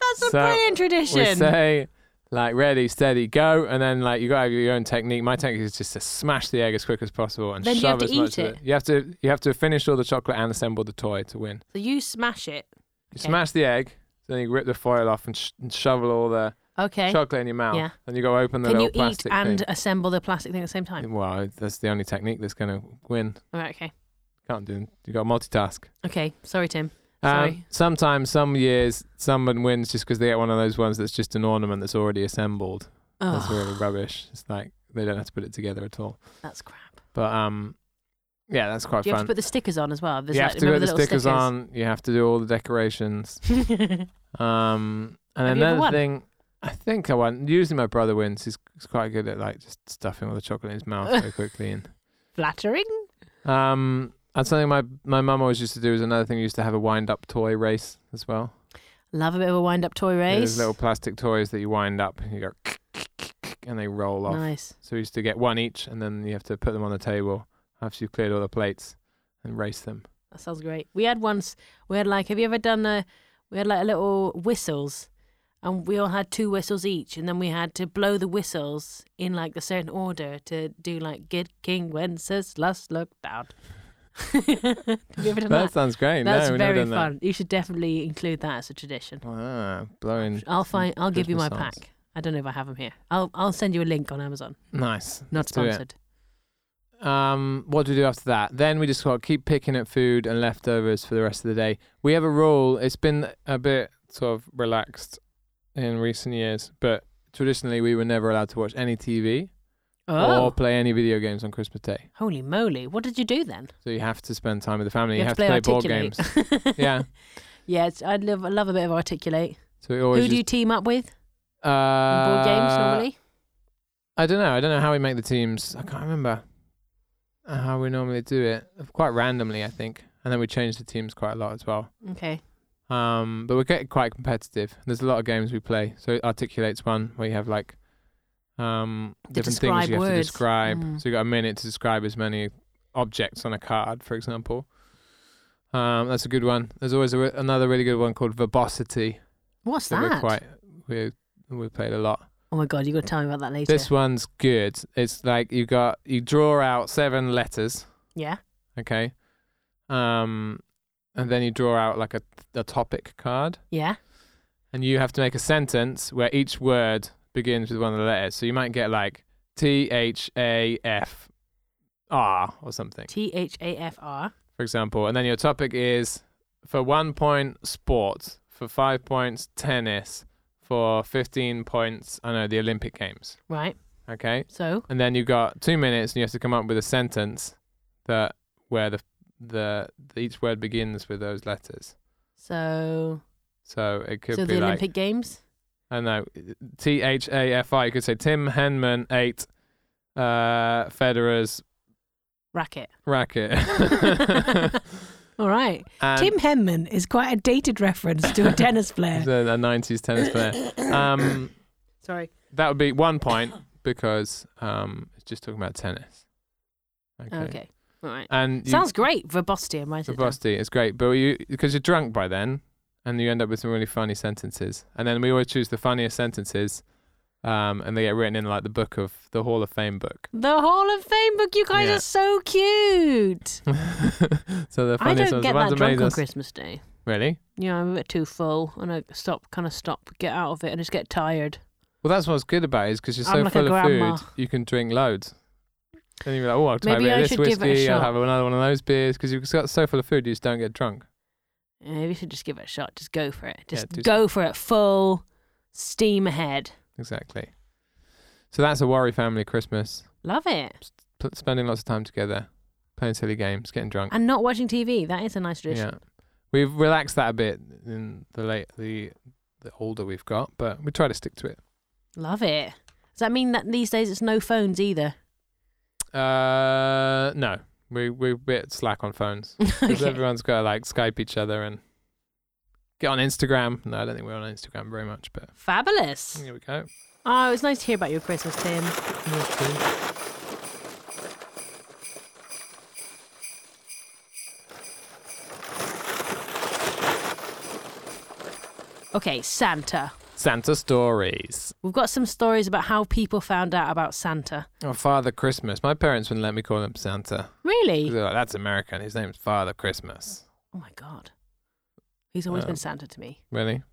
[SPEAKER 1] That's a
[SPEAKER 4] So,
[SPEAKER 1] brilliant
[SPEAKER 4] We
[SPEAKER 1] tradition.
[SPEAKER 4] say like ready, steady, go, and then like you gotta have your own technique. My technique is just to smash the egg as quick as possible and
[SPEAKER 1] Then you
[SPEAKER 4] shove
[SPEAKER 1] have to
[SPEAKER 4] as much
[SPEAKER 1] eat
[SPEAKER 4] of
[SPEAKER 1] it.
[SPEAKER 4] You have to you have to finish all the chocolate and assemble the toy to win.
[SPEAKER 1] so you smash it.
[SPEAKER 4] You
[SPEAKER 1] Okay.
[SPEAKER 4] smash the egg, then you rip the foil off and, sh- and shovel all the
[SPEAKER 1] Okay.
[SPEAKER 4] chocolate in your mouth.
[SPEAKER 1] Yeah.
[SPEAKER 4] Then you go open the
[SPEAKER 1] Can
[SPEAKER 4] little
[SPEAKER 1] you eat
[SPEAKER 4] plastic
[SPEAKER 1] and
[SPEAKER 4] thing.
[SPEAKER 1] assemble the plastic thing at the same time?
[SPEAKER 4] Well, that's the only technique that's gonna win.
[SPEAKER 1] All right. Okay.
[SPEAKER 4] Can't do. You got to multitask.
[SPEAKER 1] Okay. Sorry, Tim.
[SPEAKER 4] Um,
[SPEAKER 1] Sorry.
[SPEAKER 4] sometimes, some years, someone wins just because they get one of those ones that's just an ornament that's already assembled. That's
[SPEAKER 1] Oh,
[SPEAKER 4] really rubbish. It's like they don't have to put it together at all.
[SPEAKER 1] that's crap.
[SPEAKER 4] But um, yeah, that's quite
[SPEAKER 1] Do you have
[SPEAKER 4] fun.
[SPEAKER 1] to put the stickers on as well? There's
[SPEAKER 4] you
[SPEAKER 1] like,
[SPEAKER 4] have to put
[SPEAKER 1] remember
[SPEAKER 4] the
[SPEAKER 1] little
[SPEAKER 4] stickers, on. You have to do all the decorations. Um, and
[SPEAKER 1] Have you ever
[SPEAKER 4] another
[SPEAKER 1] won?
[SPEAKER 4] thing, I think I won. Usually my brother wins. He's, he's quite good at like just stuffing all the chocolate in his mouth very quickly. And
[SPEAKER 1] Flattering.
[SPEAKER 4] um, and something my my mum always used to do is another thing. We used to have a wind up toy race as well.
[SPEAKER 1] Love a bit of a wind-up toy
[SPEAKER 4] Yeah,
[SPEAKER 1] race.
[SPEAKER 4] There's little plastic toys that you wind up and you go and they roll off.
[SPEAKER 1] nice.
[SPEAKER 4] So we used to get one each, and then you have to put them on the table after you've cleared all the plates and race them.
[SPEAKER 1] That sounds great. We had once, we had like, have you ever done a, we had like little whistles and we all had two whistles each and then we had to blow the whistles in like a certain order to do like good King Wenceslas look down. have you ever done
[SPEAKER 4] that,
[SPEAKER 1] that?
[SPEAKER 4] sounds great.
[SPEAKER 1] That's
[SPEAKER 4] no, we've
[SPEAKER 1] very
[SPEAKER 4] never done
[SPEAKER 1] fun. You should definitely include that as a tradition.
[SPEAKER 4] That. Ah, blowing.
[SPEAKER 1] I'll find, I'll give you my
[SPEAKER 4] Christmas songs.
[SPEAKER 1] pack. I don't know if I have them here. I'll, I'll send you a link on Amazon.
[SPEAKER 4] Nice.
[SPEAKER 1] Not
[SPEAKER 4] do it.
[SPEAKER 1] sponsored.
[SPEAKER 4] Um, what do we do after that? Then we just got to keep picking at food and leftovers for the rest of the day. We have a rule. It's been a bit sort of relaxed in recent years, but traditionally we were never allowed to watch any TV
[SPEAKER 1] Oh,
[SPEAKER 4] or play any video games on Christmas Day.
[SPEAKER 1] holy moly. What did you do then?
[SPEAKER 4] So you have to spend time with the family. You, have, to play board
[SPEAKER 1] articulate.
[SPEAKER 4] games. yeah.
[SPEAKER 1] yeah, it's, I'd love, I love a bit of articulate.
[SPEAKER 4] So we always
[SPEAKER 1] Who do you
[SPEAKER 4] used-
[SPEAKER 1] team up with in
[SPEAKER 4] uh,
[SPEAKER 1] board games normally?
[SPEAKER 4] I don't know. I don't know how we make the teams. I can't remember how we normally do it. Quite randomly, I think. And then we change the teams quite a lot as well.
[SPEAKER 1] Okay.
[SPEAKER 4] Um, but we're getting quite competitive. There's a lot of games we play. So it articulates one where you have like um,
[SPEAKER 1] To
[SPEAKER 4] different
[SPEAKER 1] describe
[SPEAKER 4] things you have to
[SPEAKER 1] words.
[SPEAKER 4] describe.
[SPEAKER 1] Mm.
[SPEAKER 4] So you got a minute to describe as many objects on a card, for example. Um, that's a good one. There's always a re- another really good one called verbosity.
[SPEAKER 1] What's
[SPEAKER 4] that
[SPEAKER 1] that?
[SPEAKER 4] we're quite we we played a lot.
[SPEAKER 1] Oh my god, you got to tell me about that later.
[SPEAKER 4] This one's good. It's like you got you draw out seven letters,
[SPEAKER 1] yeah.
[SPEAKER 4] okay, um, and then you draw out like a a topic card,
[SPEAKER 1] Yeah.
[SPEAKER 4] and you have to make a sentence where each word begins with one of the letters. So you might get like T H A F R or something,
[SPEAKER 1] T H A F R.
[SPEAKER 4] for example, and then your topic is for one point sport, for five points tennis, for fifteen points I know the Olympic Games,
[SPEAKER 1] Right.
[SPEAKER 4] okay.
[SPEAKER 1] So,
[SPEAKER 4] and then you got two minutes, and you have to come up with a sentence that where the the, each word begins with those letters.
[SPEAKER 1] so,
[SPEAKER 4] So it could
[SPEAKER 1] so
[SPEAKER 4] be
[SPEAKER 1] the
[SPEAKER 4] like
[SPEAKER 1] Olympic Games.
[SPEAKER 4] I don't know T H A F I. You could say Tim Henman ate uh, Federer's
[SPEAKER 1] Racket.
[SPEAKER 4] racket.
[SPEAKER 1] All right.
[SPEAKER 4] And
[SPEAKER 1] Tim Henman is quite a dated reference to a tennis
[SPEAKER 4] he's
[SPEAKER 1] player.
[SPEAKER 4] a, a '90s tennis player. Um,
[SPEAKER 1] Sorry.
[SPEAKER 4] that would be one point because um, it's just talking about tennis. Okay.
[SPEAKER 1] Okay. All right.
[SPEAKER 4] And you-
[SPEAKER 1] Sounds great. Verbosity. I might
[SPEAKER 4] The
[SPEAKER 1] it down.
[SPEAKER 4] Verbosity is great, but you because you're drunk by then, and you end up with some really funny sentences. And then we always choose the funniest sentences, um, and they get written in like the book of the Hall of Fame book.
[SPEAKER 1] The Hall of Fame book. You guys
[SPEAKER 4] Yeah.
[SPEAKER 1] are so cute.
[SPEAKER 4] so the funniest
[SPEAKER 1] I don't
[SPEAKER 4] ones,
[SPEAKER 1] get
[SPEAKER 4] the ones
[SPEAKER 1] that
[SPEAKER 4] that made
[SPEAKER 1] drunk on
[SPEAKER 4] us-
[SPEAKER 1] Christmas Day.
[SPEAKER 4] Really?
[SPEAKER 1] You know, I'm a bit too full, and I stop, kind of stop, get out of it, and just get tired.
[SPEAKER 4] Well, that's what's good about it, is because you're so
[SPEAKER 1] I'm like a
[SPEAKER 4] full of
[SPEAKER 1] grandma.
[SPEAKER 4] food, you can drink loads. And you're like, oh, I'll try a
[SPEAKER 1] Maybe
[SPEAKER 4] bit of
[SPEAKER 1] I
[SPEAKER 4] this
[SPEAKER 1] should give it a
[SPEAKER 4] whiskey, I'll
[SPEAKER 1] shot.
[SPEAKER 4] have another one of those beers, because you've got so full of food, you just don't get drunk.
[SPEAKER 1] Yeah, Maybe you should just give it a shot. Just go for it.
[SPEAKER 4] Yeah,
[SPEAKER 1] Just
[SPEAKER 4] do
[SPEAKER 1] go for it. Full steam ahead.
[SPEAKER 4] Exactly. So that's a worry family Christmas.
[SPEAKER 1] Love it.
[SPEAKER 4] P- spending lots of time together, playing silly games, getting drunk.
[SPEAKER 1] And not watching TV. That is a nice tradition.
[SPEAKER 4] Yeah, we've relaxed that a bit in the late the the older we've got, but we try to stick to it.
[SPEAKER 1] Love it. Does that mean that these days it's no phones either?
[SPEAKER 4] Uh, no, we we're a bit slack on phones because
[SPEAKER 1] Okay.
[SPEAKER 4] everyone's got to like Skype each other and get on Instagram. No, I don't think we're on Instagram very much, but
[SPEAKER 1] Fabulous.
[SPEAKER 4] here we go.
[SPEAKER 1] Oh, it's nice to hear about your Christmas, Tim. Okay, Santa.
[SPEAKER 4] Santa stories.
[SPEAKER 1] We've got some stories about how people found out about Santa.
[SPEAKER 4] Oh, Father Christmas. My parents wouldn't let me call him Santa. 'Cause
[SPEAKER 1] Really?
[SPEAKER 4] They're like, That's American. His name's Father Christmas.
[SPEAKER 1] Oh my god. He's always
[SPEAKER 4] Um,
[SPEAKER 1] been Santa to me.
[SPEAKER 4] Really?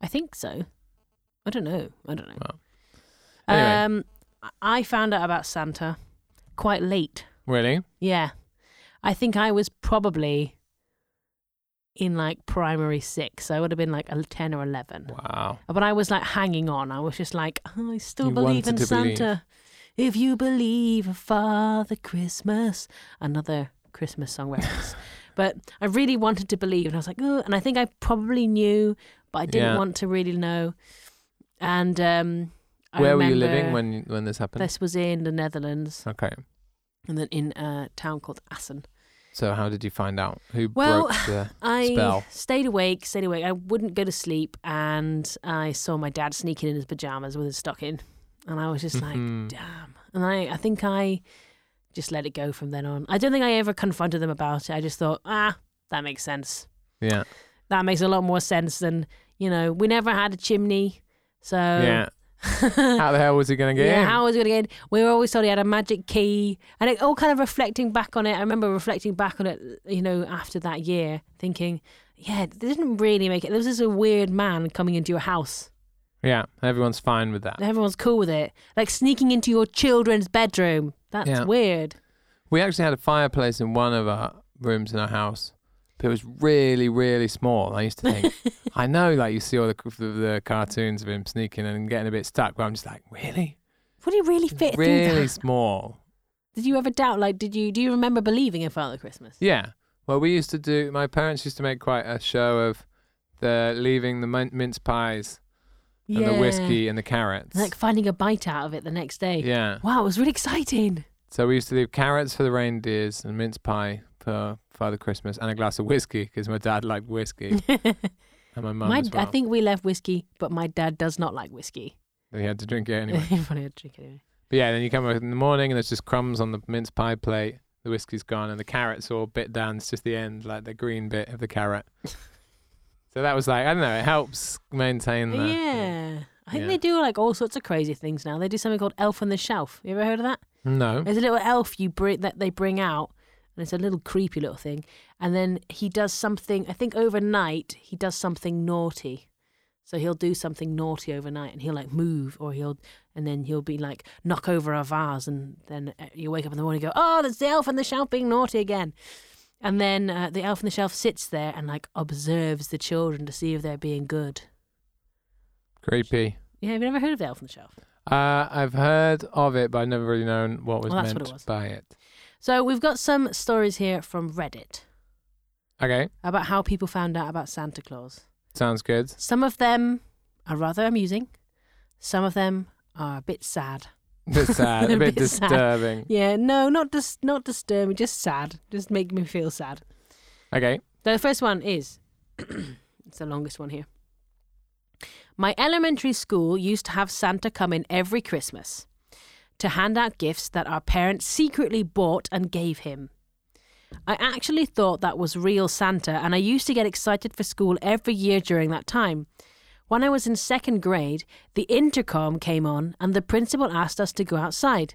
[SPEAKER 1] I think so. I don't know. I don't know.
[SPEAKER 4] Well. Anyway.
[SPEAKER 1] Um I found out about Santa quite late.
[SPEAKER 4] Really?
[SPEAKER 1] Yeah. I think I was probably in like primary 6. I would have been like a 10 or 11.
[SPEAKER 4] Wow.
[SPEAKER 1] But I was like hanging on. I was just like, "Oh, I still
[SPEAKER 4] You
[SPEAKER 1] believe in
[SPEAKER 4] wanted to believe.
[SPEAKER 1] Santa. If you believe in Father Christmas, another Christmas song reference. but I really wanted to believe, and I was like, oh, and I think I probably knew, but I didn't
[SPEAKER 4] Yeah.
[SPEAKER 1] want to really know. And um, I
[SPEAKER 4] Where were you living
[SPEAKER 1] remember
[SPEAKER 4] when when this happened?
[SPEAKER 1] this was in the Netherlands,
[SPEAKER 4] Okay.
[SPEAKER 1] and then in a town called Assen.
[SPEAKER 4] So how did you find out who
[SPEAKER 1] Well,
[SPEAKER 4] broke the?
[SPEAKER 1] I
[SPEAKER 4] Spell.
[SPEAKER 1] stayed awake, stayed awake. I wouldn't go to sleep, and I saw my dad sneaking in his pajamas with his stocking, and I was just like,
[SPEAKER 4] Mhm.
[SPEAKER 1] damn. And I, I think I just let it go from then on. I don't think I ever confronted them about it. I just thought, ah, that makes sense.
[SPEAKER 4] Yeah,
[SPEAKER 1] That makes a lot more sense than you know. We never had a chimney, so
[SPEAKER 4] yeah. How the hell was he gonna get
[SPEAKER 1] Yeah,
[SPEAKER 4] in?
[SPEAKER 1] how was it going to get in? We were always told he had a magic key. And it all kind of reflecting back on it. I remember reflecting back on it, you know, after that year, thinking, yeah, they didn't really make it. There was just a weird man coming into your house.
[SPEAKER 4] yeah, everyone's fine with that.
[SPEAKER 1] Everyone's cool with it. Like sneaking into your children's bedroom. That's
[SPEAKER 4] Yeah.
[SPEAKER 1] weird.
[SPEAKER 4] We actually had a fireplace in one of our rooms in our house. But it was really, really small. I used to think, I know, like you see all the, the, the cartoons of him sneaking and getting a bit stuck, but I'm just like, really,
[SPEAKER 1] Would he really fit through
[SPEAKER 4] really
[SPEAKER 1] that?
[SPEAKER 4] small.
[SPEAKER 1] Did you ever doubt? Like, did you do you remember believing in Father Christmas?
[SPEAKER 4] Yeah. Well, we used to do. My parents used to make quite a show of the leaving the min- mince pies and the whiskey and the carrots.
[SPEAKER 1] Like finding a bite out of it the next day.
[SPEAKER 4] yeah.
[SPEAKER 1] Wow, it was really exciting.
[SPEAKER 4] So we used to leave carrots for the reindeers and mince pie for Father Christmas and a glass of whiskey because my dad liked whiskey and my mum
[SPEAKER 1] my,
[SPEAKER 4] as well.
[SPEAKER 1] I think we left whiskey, but my dad does not like whiskey.
[SPEAKER 4] They had to drink it anyway.
[SPEAKER 1] Everybody had to drink it anyway.
[SPEAKER 4] But yeah, then you come over in the morning and there's just crumbs on the mince pie plate. The whiskey's gone and the carrots all bit down. It's just the end, like the green bit of the carrot. so that was like I don't know. It helps maintain the.
[SPEAKER 1] Yeah. I think
[SPEAKER 4] Yeah.
[SPEAKER 1] they do like all sorts of crazy things now. They do something called Elf on the Shelf. You ever heard of that?
[SPEAKER 4] No.
[SPEAKER 1] There's a little elf you bring that they bring out, and it's a little creepy little thing. And then he does something. I think overnight he does something naughty. So he'll do something naughty overnight, and he'll like move, or he'll, and then he'll be like knock over a vase, and then uh, you wake up in the morning and go, oh, there's the elf on the shelf being naughty again. And then uh, the elf on the shelf sits there and like observes the children to see if they're being good.
[SPEAKER 4] Creepy.
[SPEAKER 1] Yeah, have you never heard of the elf on the shelf?
[SPEAKER 4] Uh, I've heard of it, but I've never really known what was
[SPEAKER 1] Well, that's
[SPEAKER 4] meant
[SPEAKER 1] what it was.
[SPEAKER 4] by it.
[SPEAKER 1] So we've got some stories here from Reddit
[SPEAKER 4] Okay,
[SPEAKER 1] about how people found out about Santa Claus.
[SPEAKER 4] sounds good.
[SPEAKER 1] Some of them are rather amusing. Some of them are a bit sad.
[SPEAKER 4] A bit sad, a
[SPEAKER 1] A
[SPEAKER 4] bit
[SPEAKER 1] bit sad.
[SPEAKER 4] disturbing.
[SPEAKER 1] Yeah, no, not dis- not disturbing, just sad. Just make me feel sad.
[SPEAKER 4] Okay,
[SPEAKER 1] The first one is it's the longest one here. My elementary school used to have Santa come in every Christmas to hand out gifts that our parents secretly bought and gave him. I actually thought that was real Santa, and I used to get excited for school every year during that time. When I was in second grade, the intercom came on, and the principal asked us to go outside.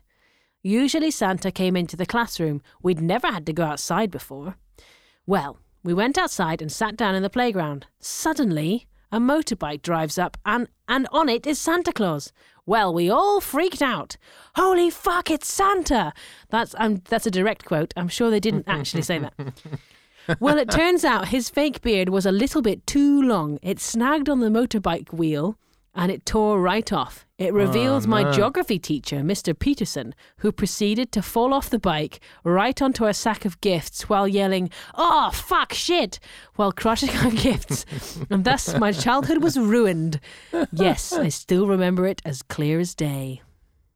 [SPEAKER 1] Usually, Santa came into the classroom. We'd never had to go outside before. Well, we went outside and sat down in the playground. Suddenly, a motorbike drives up and, and on it is Santa Claus. Well, we all freaked out. Holy fuck, it's Santa! That's, um, that's a direct quote. I'm sure they didn't actually say that. Well, it turns out his fake beard was a little bit too long. It snagged on the motorbike wheel and it tore right off. It revealed my geography teacher, Mr. Peterson, who proceeded to fall off the bike right onto a sack of gifts while yelling, Oh, fuck shit, while crushing our gifts. And thus my childhood was ruined. Yes, I still remember it as clear as day.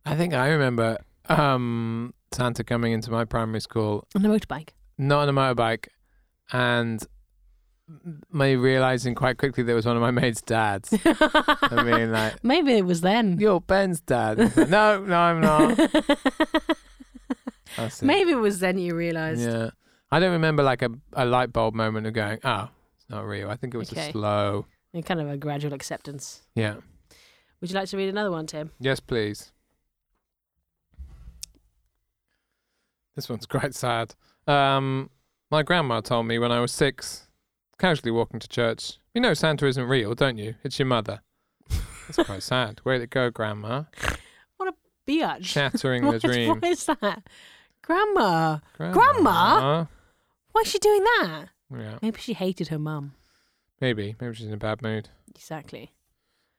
[SPEAKER 4] I think I remember um, Santa coming into my primary school,
[SPEAKER 1] On a motorbike.
[SPEAKER 4] not on a motorbike, and me realizing quite quickly that it was one of my mate's dads. I mean, like,
[SPEAKER 1] Maybe it was then.
[SPEAKER 4] you're Ben's dad. He's like, no, no, I'm not. That's it.
[SPEAKER 1] Maybe it was then you realised.
[SPEAKER 4] Yeah. I don't remember like a, a light bulb moment of going, oh, it's not real. I think it was
[SPEAKER 1] Okay.
[SPEAKER 4] a slow.
[SPEAKER 1] And Kind of a gradual acceptance.
[SPEAKER 4] Yeah.
[SPEAKER 1] Would you like to read another one, Tim?
[SPEAKER 4] Yes, please. This one's quite sad. Um, my grandma told me when I was six, casually walking to church, you know Santa isn't real, don't you? It's your mother. That's quite sad. Way to go, grandma.
[SPEAKER 1] Biatch.
[SPEAKER 4] Shattering the
[SPEAKER 1] What,
[SPEAKER 4] dream.
[SPEAKER 1] what is that? Grandma.
[SPEAKER 4] Grandma?
[SPEAKER 1] Why is she doing that?
[SPEAKER 4] Yeah,
[SPEAKER 1] Maybe she hated her mum.
[SPEAKER 4] maybe. Maybe she's in a bad mood.
[SPEAKER 1] Exactly.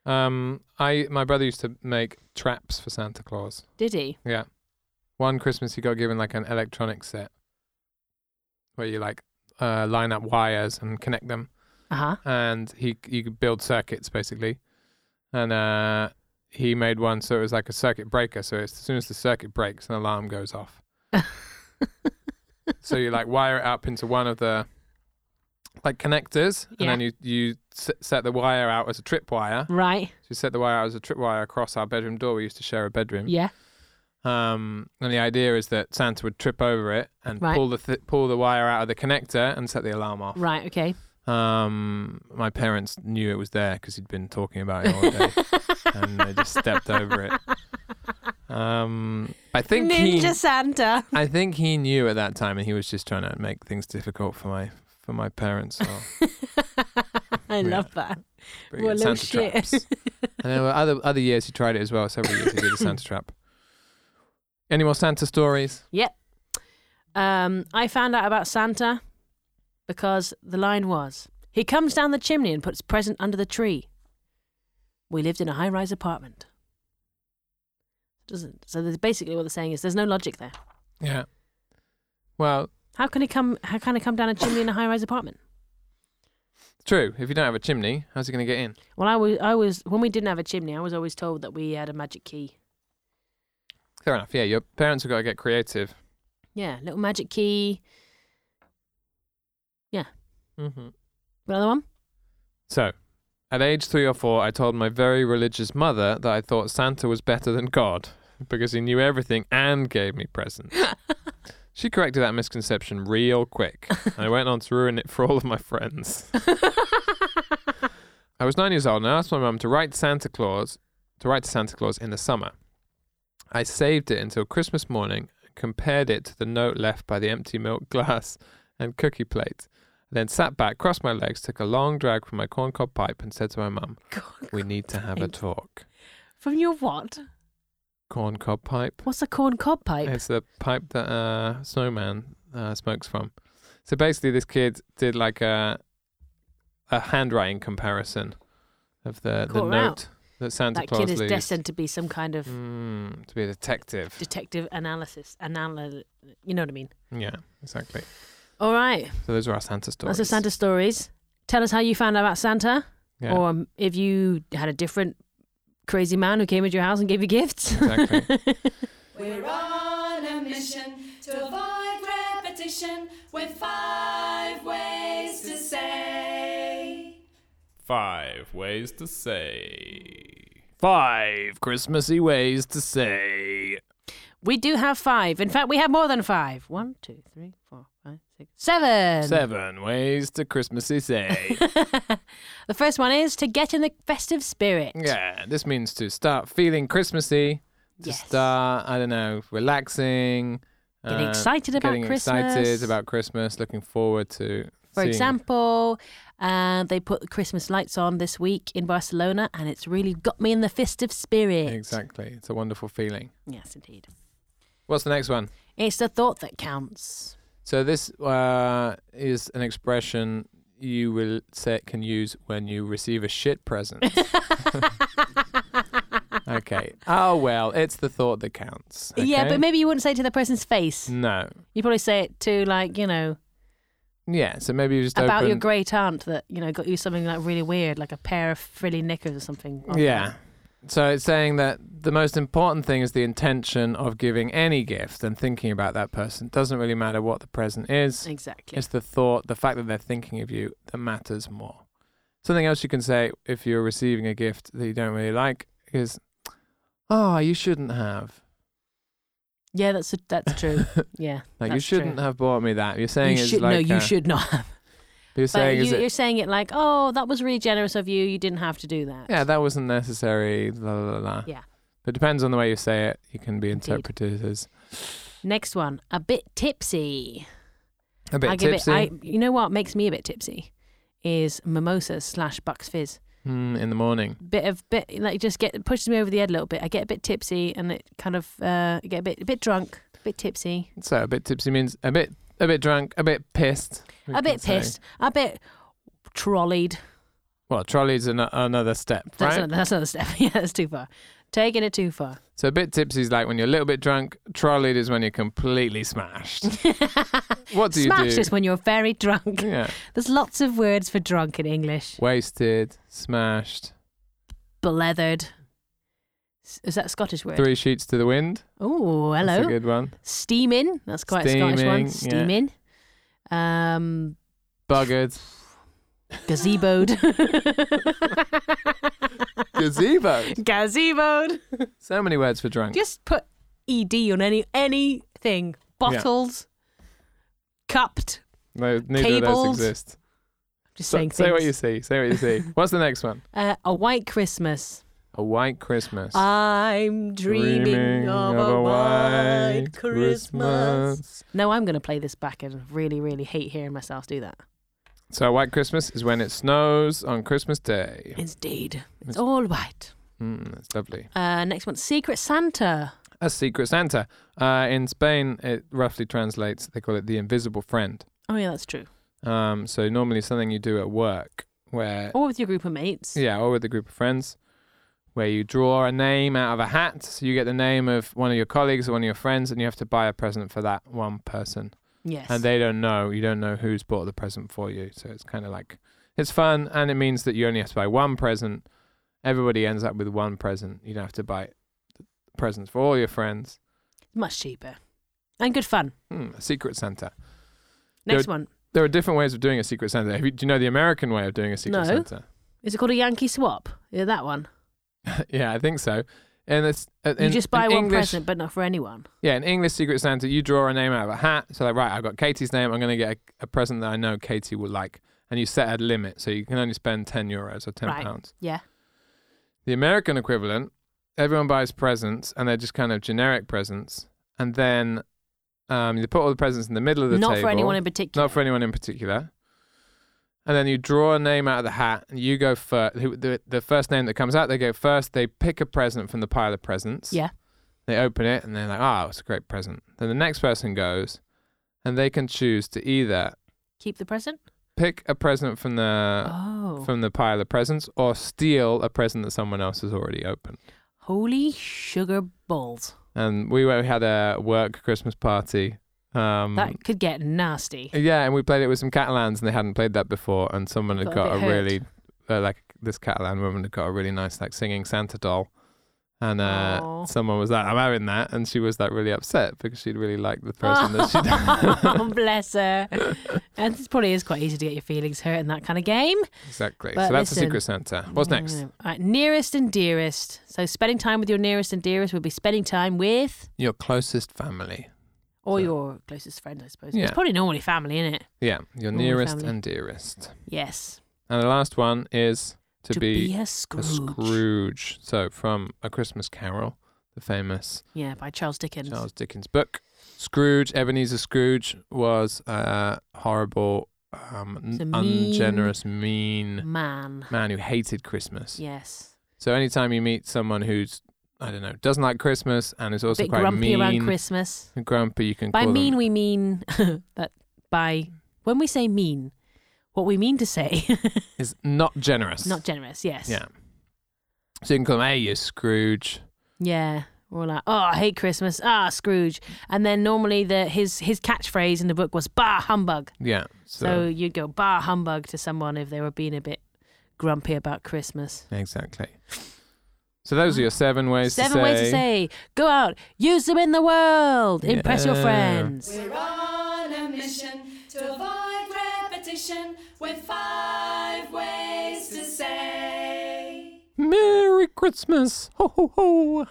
[SPEAKER 4] Um, I my brother used to make traps for Santa Claus.
[SPEAKER 1] Did he?
[SPEAKER 4] Yeah, one Christmas he got given like an electronic set, where you like uh, line up wires and connect them,
[SPEAKER 1] Uh huh.
[SPEAKER 4] and he you could build circuits basically, and uh, he made one so it was like a circuit breaker. So as soon as the circuit breaks, an alarm goes off. so you like wire it up into one of the like connectors, and
[SPEAKER 1] Yeah.
[SPEAKER 4] then you you s- set the wire out as a trip wire.
[SPEAKER 1] Right.
[SPEAKER 4] So we set the wire out as a tripwire across our bedroom door. We used to share a bedroom.
[SPEAKER 1] Yeah.
[SPEAKER 4] Um, and the idea is that Santa would trip over it and
[SPEAKER 1] Right.
[SPEAKER 4] pull the th- pull the wire out of the connector and set the alarm off.
[SPEAKER 1] Right. Okay.
[SPEAKER 4] Um, my parents knew it was there because he'd been talking about it all day, and they just stepped over it. Um, I think he,
[SPEAKER 1] Ninja Santa.
[SPEAKER 4] I think he knew at that time, and he was just trying to make things difficult for my for my parents. So.
[SPEAKER 1] I
[SPEAKER 4] Yeah.
[SPEAKER 1] love that.
[SPEAKER 4] Bring
[SPEAKER 1] Well,
[SPEAKER 4] in
[SPEAKER 1] no
[SPEAKER 4] Santa
[SPEAKER 1] shit.
[SPEAKER 4] traps. and there were other other years he tried it as well. Several years he did a Santa trap. Any more Santa stories?
[SPEAKER 1] Um, I found out about Santa because the line was he comes down the chimney and puts present under the tree. We lived in a high-rise apartment. Doesn't so there's basically what they're saying is there's no logic there.
[SPEAKER 4] Yeah. Well,
[SPEAKER 1] How can he come? How can he come down a chimney in a high-rise apartment?
[SPEAKER 4] True. If you don't have a chimney, how's it going to get in?
[SPEAKER 1] Well, I was, I was when we didn't have a chimney, I was always told that we had a magic key.
[SPEAKER 4] Fair enough. Yeah, your parents have got to get creative.
[SPEAKER 1] Yeah, little magic key.
[SPEAKER 4] Mm-hmm.
[SPEAKER 1] Another one.
[SPEAKER 4] So, at age three or four, I told my very religious mother that I thought Santa was better than God because he knew everything and gave me presents. she corrected that misconception real quick, and I went on to ruin it for all of my friends. I was nine years old, and I asked my mum to write Santa Claus to write to Santa Claus in the summer. I saved it until Christmas morning, compared it to the note left by the empty milk glass and cookie plate. Then sat back, crossed my legs, took a long drag from my corncob pipe, and said to my mum, "We need to have a
[SPEAKER 1] pipe.
[SPEAKER 4] talk."
[SPEAKER 1] From your what?
[SPEAKER 4] Corncob pipe.
[SPEAKER 1] What's a corn cob pipe?
[SPEAKER 4] It's the pipe that uh, Snowman uh, smokes from. So basically, this kid did like a a handwriting comparison of the, the
[SPEAKER 1] Caught her
[SPEAKER 4] note
[SPEAKER 1] out.
[SPEAKER 4] that Santa
[SPEAKER 1] that
[SPEAKER 4] Claus
[SPEAKER 1] kid is
[SPEAKER 4] leaves.
[SPEAKER 1] destined to be some kind of
[SPEAKER 4] Mm, to be a detective.
[SPEAKER 1] detective analysis. Anal- you know what I mean?
[SPEAKER 4] Yeah, exactly.
[SPEAKER 1] All right.
[SPEAKER 4] So those are our Santa stories.
[SPEAKER 1] That's the Santa stories. Tell us how you found out about Santa,
[SPEAKER 4] Yeah,
[SPEAKER 1] or um, if you had a different crazy man who came into your house and gave you gifts.
[SPEAKER 4] exactly.
[SPEAKER 3] We're on a mission to avoid repetition with five ways to say.
[SPEAKER 5] Five ways to say.
[SPEAKER 4] Five Christmassy ways to say.
[SPEAKER 1] we do have five. In fact, we have more than five. One, two, three, four, five, six, seven.
[SPEAKER 4] Seven ways to Christmassy say.
[SPEAKER 1] The first one is to get in the festive spirit.
[SPEAKER 4] Yeah, this means to start feeling Christmassy, to
[SPEAKER 1] Yes.
[SPEAKER 4] start, I don't know, relaxing, uh,
[SPEAKER 1] Getting excited about
[SPEAKER 4] getting excited
[SPEAKER 1] Christmas.
[SPEAKER 4] about Christmas, looking forward to.
[SPEAKER 1] For
[SPEAKER 4] seeing-
[SPEAKER 1] example, uh, they put the Christmas lights on this week in Barcelona, and it's really got me in the festive spirit.
[SPEAKER 4] Exactly. It's a wonderful feeling.
[SPEAKER 1] Yes, indeed.
[SPEAKER 4] What's the next one?
[SPEAKER 1] It's the thought that counts.
[SPEAKER 4] So, this uh, is an expression you will say can use when you receive a shit present. okay. Oh, well, it's the thought that counts.
[SPEAKER 1] Yeah,
[SPEAKER 4] okay? Mm.
[SPEAKER 1] but maybe you wouldn't say it to the person's face.
[SPEAKER 4] No.
[SPEAKER 1] You probably say it to like you know
[SPEAKER 4] Yeah, so maybe you just
[SPEAKER 1] about
[SPEAKER 4] open.
[SPEAKER 1] your great aunt that you know got you something like really weird, like a pair of frilly knickers or something. Or-
[SPEAKER 4] Yeah. So it's saying that the most important thing is the intention of giving any gift and thinking about that person. Doesn't really matter what the present is.
[SPEAKER 1] exactly.
[SPEAKER 4] It's the thought, the fact that they're thinking of you that matters more. Something else you can say if you're receiving a gift that you don't really like is, "Oh, you shouldn't have.
[SPEAKER 1] Yeah, that's a, that's true. Yeah,
[SPEAKER 4] Like you
[SPEAKER 1] that's true.
[SPEAKER 4] shouldn't have bought me that." You're saying
[SPEAKER 1] You
[SPEAKER 4] it's
[SPEAKER 1] should
[SPEAKER 4] like
[SPEAKER 1] no, you
[SPEAKER 4] uh,
[SPEAKER 1] should not. have.
[SPEAKER 4] You're
[SPEAKER 1] But
[SPEAKER 4] saying is
[SPEAKER 1] you,
[SPEAKER 4] it,
[SPEAKER 1] you're saying it like, oh, that was really generous of you. You didn't have to do that.
[SPEAKER 4] yeah, that wasn't necessary. La la la, la.
[SPEAKER 1] Yeah.
[SPEAKER 4] But depends on the way you say it. You can be
[SPEAKER 1] Indeed.
[SPEAKER 4] interpreted as
[SPEAKER 1] Next one, a bit tipsy.
[SPEAKER 4] a bit
[SPEAKER 1] I give
[SPEAKER 4] tipsy.
[SPEAKER 1] it. I, you know what makes me a bit tipsy is mimosas slash bucks fizz.
[SPEAKER 4] Mm, in the morning.
[SPEAKER 1] Bit of bit like just get pushes me over the head a little bit. I get a bit tipsy and it kind of uh, get a bit a bit drunk, a bit tipsy,
[SPEAKER 4] So a bit tipsy means a bit a bit drunk, a bit pissed. we
[SPEAKER 1] a
[SPEAKER 4] can
[SPEAKER 1] bit
[SPEAKER 4] say.
[SPEAKER 1] pissed, a bit trolleyed.
[SPEAKER 4] Well, trolley's an- another step,
[SPEAKER 1] That's
[SPEAKER 4] right?
[SPEAKER 1] another, that's another step. yeah, that's too far. Taking it too far.
[SPEAKER 4] so a bit tipsy is like when you're a little bit drunk. Trolleyed is when you're completely smashed. what do you
[SPEAKER 1] Smashed
[SPEAKER 4] do?
[SPEAKER 1] is when you're very drunk.
[SPEAKER 4] yeah,
[SPEAKER 1] There's lots of words for drunk in English.
[SPEAKER 4] wasted, smashed,
[SPEAKER 1] Blethered. S- Is that a Scottish word?
[SPEAKER 4] three sheets to the wind.
[SPEAKER 1] Oh, hello.
[SPEAKER 4] That's a good one.
[SPEAKER 1] Steaming. That's quite a Scottish one. Steaming.
[SPEAKER 4] Steaming,
[SPEAKER 1] Um,
[SPEAKER 4] Buggered,
[SPEAKER 1] gazeboed.
[SPEAKER 4] gazebo.
[SPEAKER 1] gazeboed.
[SPEAKER 4] So many words for drunk.
[SPEAKER 1] Just put ed on any anything. Bottles. Cupped.
[SPEAKER 4] No, neither of those
[SPEAKER 1] Cables.
[SPEAKER 4] exist.
[SPEAKER 1] Just
[SPEAKER 4] So-
[SPEAKER 1] saying
[SPEAKER 4] say
[SPEAKER 1] things.
[SPEAKER 4] what you see. Say what you see. What's the next one?
[SPEAKER 1] uh, a white Christmas.
[SPEAKER 4] A white Christmas.
[SPEAKER 1] I'm dreaming, of, a white Christmas. No, I'm going to play this back and really, really hate hearing myself do that.
[SPEAKER 4] So white Christmas is when it snows on Christmas Day.
[SPEAKER 1] Indeed. It's
[SPEAKER 4] It's-
[SPEAKER 1] all white.
[SPEAKER 4] Mm, that's lovely.
[SPEAKER 1] Uh, next one Secret Santa.
[SPEAKER 4] A secret Santa. Uh, in Spain, it roughly translates. They call it the invisible friend.
[SPEAKER 1] Oh, yeah, that's true.
[SPEAKER 4] Um, so normally something you do at work, where
[SPEAKER 1] Or with your group of mates.
[SPEAKER 4] yeah, or with a group of friends, where you draw a name out of a hat. So you get the name of one of your colleagues or one of your friends, and you have to buy a present for that one person.
[SPEAKER 1] Yes.
[SPEAKER 4] And they don't know. You don't know who's bought the present for you. So it's kind of like It's fun, and it means that you only have to buy one present. Everybody ends up with one present. You don't have to buy presents for all your friends.
[SPEAKER 1] Much cheaper. And good fun.
[SPEAKER 4] Hmm, a secret Santa.
[SPEAKER 1] Next
[SPEAKER 4] Good.
[SPEAKER 1] one.
[SPEAKER 4] There are different ways of doing a secret Santa. Have you, do you know the American way of doing a secret
[SPEAKER 1] No.
[SPEAKER 4] Santa?
[SPEAKER 1] Is it called a Yankee swap? Yeah, that one.
[SPEAKER 4] yeah, I think so. And it's uh,
[SPEAKER 1] you
[SPEAKER 4] in-
[SPEAKER 1] just buy
[SPEAKER 4] in
[SPEAKER 1] one
[SPEAKER 4] English-
[SPEAKER 1] present, but not for anyone.
[SPEAKER 4] Yeah, in English Secret Santa, you draw a name out of a hat. So like, right, I've got Katie's name. I'm going to get a, a present that I know Katie will like, and you set a limit, so you can only spend ten euros or ten
[SPEAKER 1] Right.
[SPEAKER 4] pounds.
[SPEAKER 1] Yeah.
[SPEAKER 4] The American equivalent, everyone buys presents, and they're just kind of generic presents, and then um, you put all the presents in the middle of the
[SPEAKER 1] Not
[SPEAKER 4] table.
[SPEAKER 1] for anyone in particular.
[SPEAKER 4] Not for anyone in particular. And then you draw a name out of the hat, and you go first. The, the first name that comes out, they go first. They pick a present from the pile of presents.
[SPEAKER 1] Yeah.
[SPEAKER 4] They open it, and they're like, "Oh, it's a great present." Then the next person goes, and they can choose to either
[SPEAKER 1] Keep the present?
[SPEAKER 4] pick a present from the
[SPEAKER 1] oh.
[SPEAKER 4] from the pile of presents, or steal a present that someone else has already opened.
[SPEAKER 1] Holy sugar balls.
[SPEAKER 4] And Um, we went- we had a work Christmas party. Um,
[SPEAKER 1] That could get nasty.
[SPEAKER 4] Yeah, and we played it with some Catalans, and they hadn't played that before. And someone had
[SPEAKER 1] Got a
[SPEAKER 4] got,
[SPEAKER 1] bit
[SPEAKER 4] a,
[SPEAKER 1] hurt.
[SPEAKER 4] really uh, like this Catalan woman had got a really nice like singing Santa doll, and uh,
[SPEAKER 1] Aw.
[SPEAKER 4] someone was like, "I'm having that," and she was like really upset because she'd really liked the person that she'd.
[SPEAKER 1] Oh, bless her. And it probably is quite easy to get your feelings hurt in that kind of game.
[SPEAKER 4] exactly.
[SPEAKER 1] But
[SPEAKER 4] so that's the
[SPEAKER 1] listen.
[SPEAKER 4] secret Santa. What's next?
[SPEAKER 1] Mm. All right, nearest and dearest. So spending time with your nearest and dearest would be spending time with
[SPEAKER 4] Your closest family.
[SPEAKER 1] or
[SPEAKER 4] So-
[SPEAKER 1] your closest friend, I suppose.
[SPEAKER 4] Yeah.
[SPEAKER 1] It's probably normally family, isn't it?
[SPEAKER 4] Yeah, your
[SPEAKER 1] Normal
[SPEAKER 4] nearest
[SPEAKER 1] family.
[SPEAKER 4] and dearest.
[SPEAKER 1] Yes.
[SPEAKER 4] And the last one is to, be,
[SPEAKER 1] a,
[SPEAKER 4] a
[SPEAKER 1] Scrooge.
[SPEAKER 4] Scrooge. So from A Christmas Carol, the famous
[SPEAKER 1] Yeah, by Charles Dickens.
[SPEAKER 4] Charles Dickens' book. Scrooge, Ebenezer Scrooge, was a horrible, um,
[SPEAKER 1] He's a
[SPEAKER 4] n-
[SPEAKER 1] mean-
[SPEAKER 4] ungenerous, mean
[SPEAKER 1] Man.
[SPEAKER 4] man who hated Christmas.
[SPEAKER 1] Yes.
[SPEAKER 4] So anytime you meet someone who's, I don't know, doesn't like Christmas and is also
[SPEAKER 1] bit
[SPEAKER 4] quite
[SPEAKER 1] grumpy
[SPEAKER 4] mean,
[SPEAKER 1] around Christmas.
[SPEAKER 4] grumpy, you can
[SPEAKER 1] By
[SPEAKER 4] call them-
[SPEAKER 1] mean, we mean that by when we say mean, what we mean to say,
[SPEAKER 4] is not generous.
[SPEAKER 1] not generous, yes.
[SPEAKER 4] Yeah. So you can call them, hey, you Scrooge.
[SPEAKER 1] Yeah. We're like, oh, I hate Christmas. Ah, Scrooge. And then normally the his his catchphrase in the book was "Bah humbug."
[SPEAKER 4] Yeah.
[SPEAKER 1] So, you'd go "Bah humbug" to someone if they were being a bit grumpy about Christmas.
[SPEAKER 4] exactly. So those are your seven ways
[SPEAKER 1] Ah. Seven ways to say: go out, use them in the world, impress your
[SPEAKER 4] Yeah.
[SPEAKER 1] friends.
[SPEAKER 3] We're on a mission to avoid repetition with five ways to say.
[SPEAKER 4] Merry Christmas. Ho, ho,
[SPEAKER 1] Oh.
[SPEAKER 4] ho.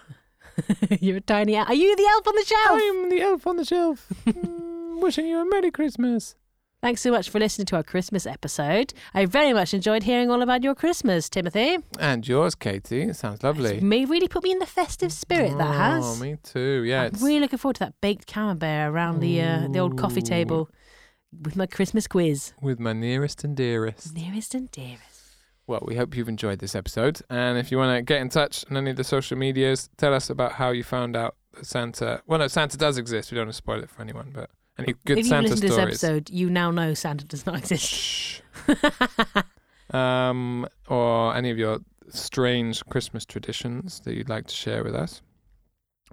[SPEAKER 1] You're a tiny. Elf. Are you the elf on the shelf?
[SPEAKER 4] I'm the elf on the shelf. Mm, wishing you a Merry Christmas.
[SPEAKER 1] Thanks so much for listening to our Christmas episode. I very much enjoyed hearing all about your Christmas, Timothy.
[SPEAKER 4] And yours, Katie. It Sounds lovely.
[SPEAKER 1] It's May really put me in the festive spirit that has.
[SPEAKER 4] Oh, me too. Yeah.
[SPEAKER 1] I'm
[SPEAKER 4] It's,
[SPEAKER 1] really looking forward to that baked camembert around the uh, the old coffee
[SPEAKER 4] Ooh.
[SPEAKER 1] table with my Christmas quiz.
[SPEAKER 4] With my nearest and dearest.
[SPEAKER 1] Nearest and dearest.
[SPEAKER 4] Well, we hope you've enjoyed this episode. And if you want to get in touch on any of the social medias, tell us about how you found out that Santa. Well, no, Santa does exist. We don't want to spoil it for anyone, but any good
[SPEAKER 1] if you have
[SPEAKER 4] Santa
[SPEAKER 1] listened to this
[SPEAKER 4] stories.
[SPEAKER 1] episode, you now know Santa does not exist.
[SPEAKER 4] Shh. um, or any of your strange Christmas traditions that you'd like to share with us.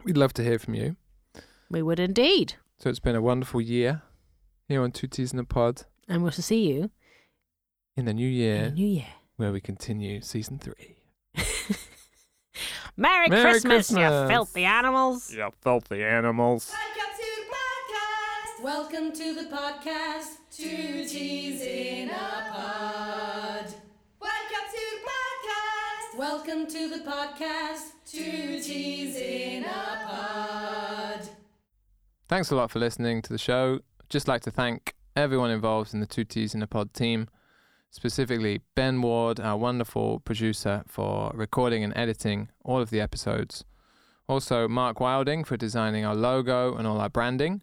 [SPEAKER 4] We'd love to hear from you.
[SPEAKER 1] we would indeed.
[SPEAKER 4] So it's been a wonderful year here on Two Teas in a Pod
[SPEAKER 1] And we'll see you
[SPEAKER 4] in the new
[SPEAKER 1] in the
[SPEAKER 4] year
[SPEAKER 1] new year.
[SPEAKER 4] where we continue season three.
[SPEAKER 1] Merry,
[SPEAKER 4] Merry
[SPEAKER 1] Christmas, you
[SPEAKER 4] Christmas.
[SPEAKER 1] filthy animals.
[SPEAKER 5] You filthy animals.
[SPEAKER 2] Welcome to the podcast.
[SPEAKER 3] Welcome to the podcast, Two Teas in a Pod.
[SPEAKER 2] Welcome to the podcast.
[SPEAKER 3] Welcome to the podcast, Two Teas in a Pod.
[SPEAKER 4] Thanks a lot for listening to the show. Just like to thank everyone involved in the Two Teas in a Pod team, specifically Ben Ward, our wonderful producer, for recording and editing all of the episodes. Also, Mark Wilding for designing our logo and all our branding.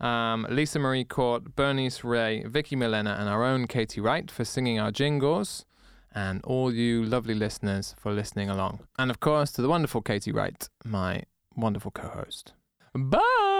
[SPEAKER 4] Um, Lisa Marie Court, Bernice Ray, Vicky Milena, and our own Katie Wright for singing our jingles. And all you lovely listeners for listening along. And of course, to the wonderful Katie Wright, my wonderful co host. Bye!